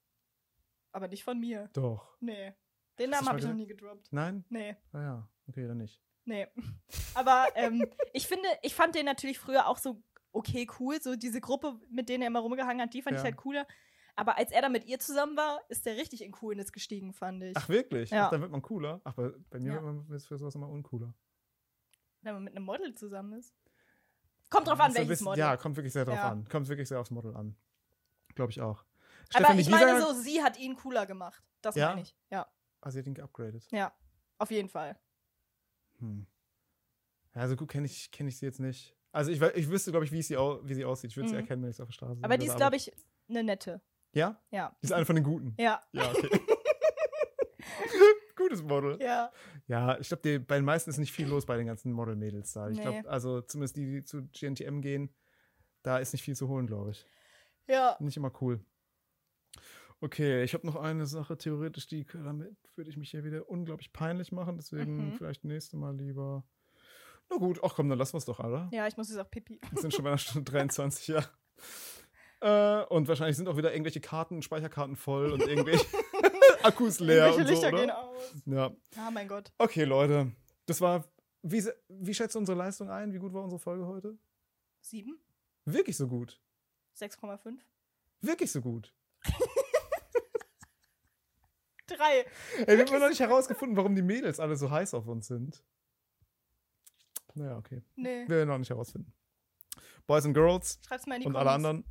Aber nicht von mir. Doch. Nee. Den Hast du's Namen habe mal ich noch nie gedroppt. Nein? Nee. Ah ja. Okay, dann nicht. Nee. Aber ähm, ich finde, ich fand den natürlich früher auch so okay, cool. So diese Gruppe, mit denen er immer rumgehangen hat, die fand Ja. ich halt cooler. Aber als er dann mit ihr zusammen war, ist der richtig in Coolness gestiegen, fand ich. Ach, wirklich? Ja. Ach, dann wird man cooler. Ach, bei, bei mir Ja. wird man ist für sowas immer uncooler. Wenn man mit einem Model zusammen ist. Kommt drauf an, Ist so ein welches bisschen- Model. Ja, kommt wirklich sehr drauf Ja. an. Kommt wirklich sehr aufs Model an. Glaube ich auch. Aber ich meine Giesinger- so, sie hat ihn cooler gemacht. Das Ja? meine ich. Ja, Ah, sie hat ihn geupgradet. ja. Auf jeden Fall. Hm. Ja, so gut kenne ich, kenn ich sie jetzt nicht. Also ich, wei- ich wüsste, glaube ich, wie, ich sie au wie sie aussieht. Ich würde sie Mhm. erkennen, wenn ich sie auf der Straße sehe. Aber die ist, glaube ich, eine nette. Ja? Ja. Die ist eine von den Guten. Ja. Ja, okay. Gutes Model. Ja. Ja, ich glaube, die- bei den meisten ist nicht viel los bei den ganzen Model-Mädels da. Ich Nee. glaube, also zumindest die, die zu GNTM gehen, da ist nicht viel zu holen, glaube ich. Ja. Nicht immer cool. Okay, ich habe noch eine Sache theoretisch, die damit würde ich mich hier wieder unglaublich peinlich machen. Deswegen Mhm. vielleicht nächste Mal lieber. Na gut, ach komm, dann lassen wir es doch, oder? Ja, ich muss jetzt auch pipi. Wir sind schon bei einer Stunde 23, ja. Äh, und wahrscheinlich sind auch wieder irgendwelche Karten, Speicherkarten voll und irgendwelche Akkus leer Irgendwelche und so, Lichter gehen oder? aus. Ja. Ah, mein Gott. Okay, Leute, das war. Wie, se- wie schätzt du unsere Leistung ein? Wie gut war unsere Folge heute? Sieben? Wirklich so gut. 6,5? Wirklich so gut. Drei. Ey, wir haben immer noch nicht herausgefunden, warum die Mädels alle so heiß auf uns sind. Naja, okay. Nee. Wir werden noch nicht herausfinden. Boys and Girls Schreib's mal in die und alle anderen,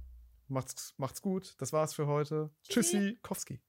macht's, macht's gut. Das war's für heute. Tschüssi. Tschüssi, Kowski.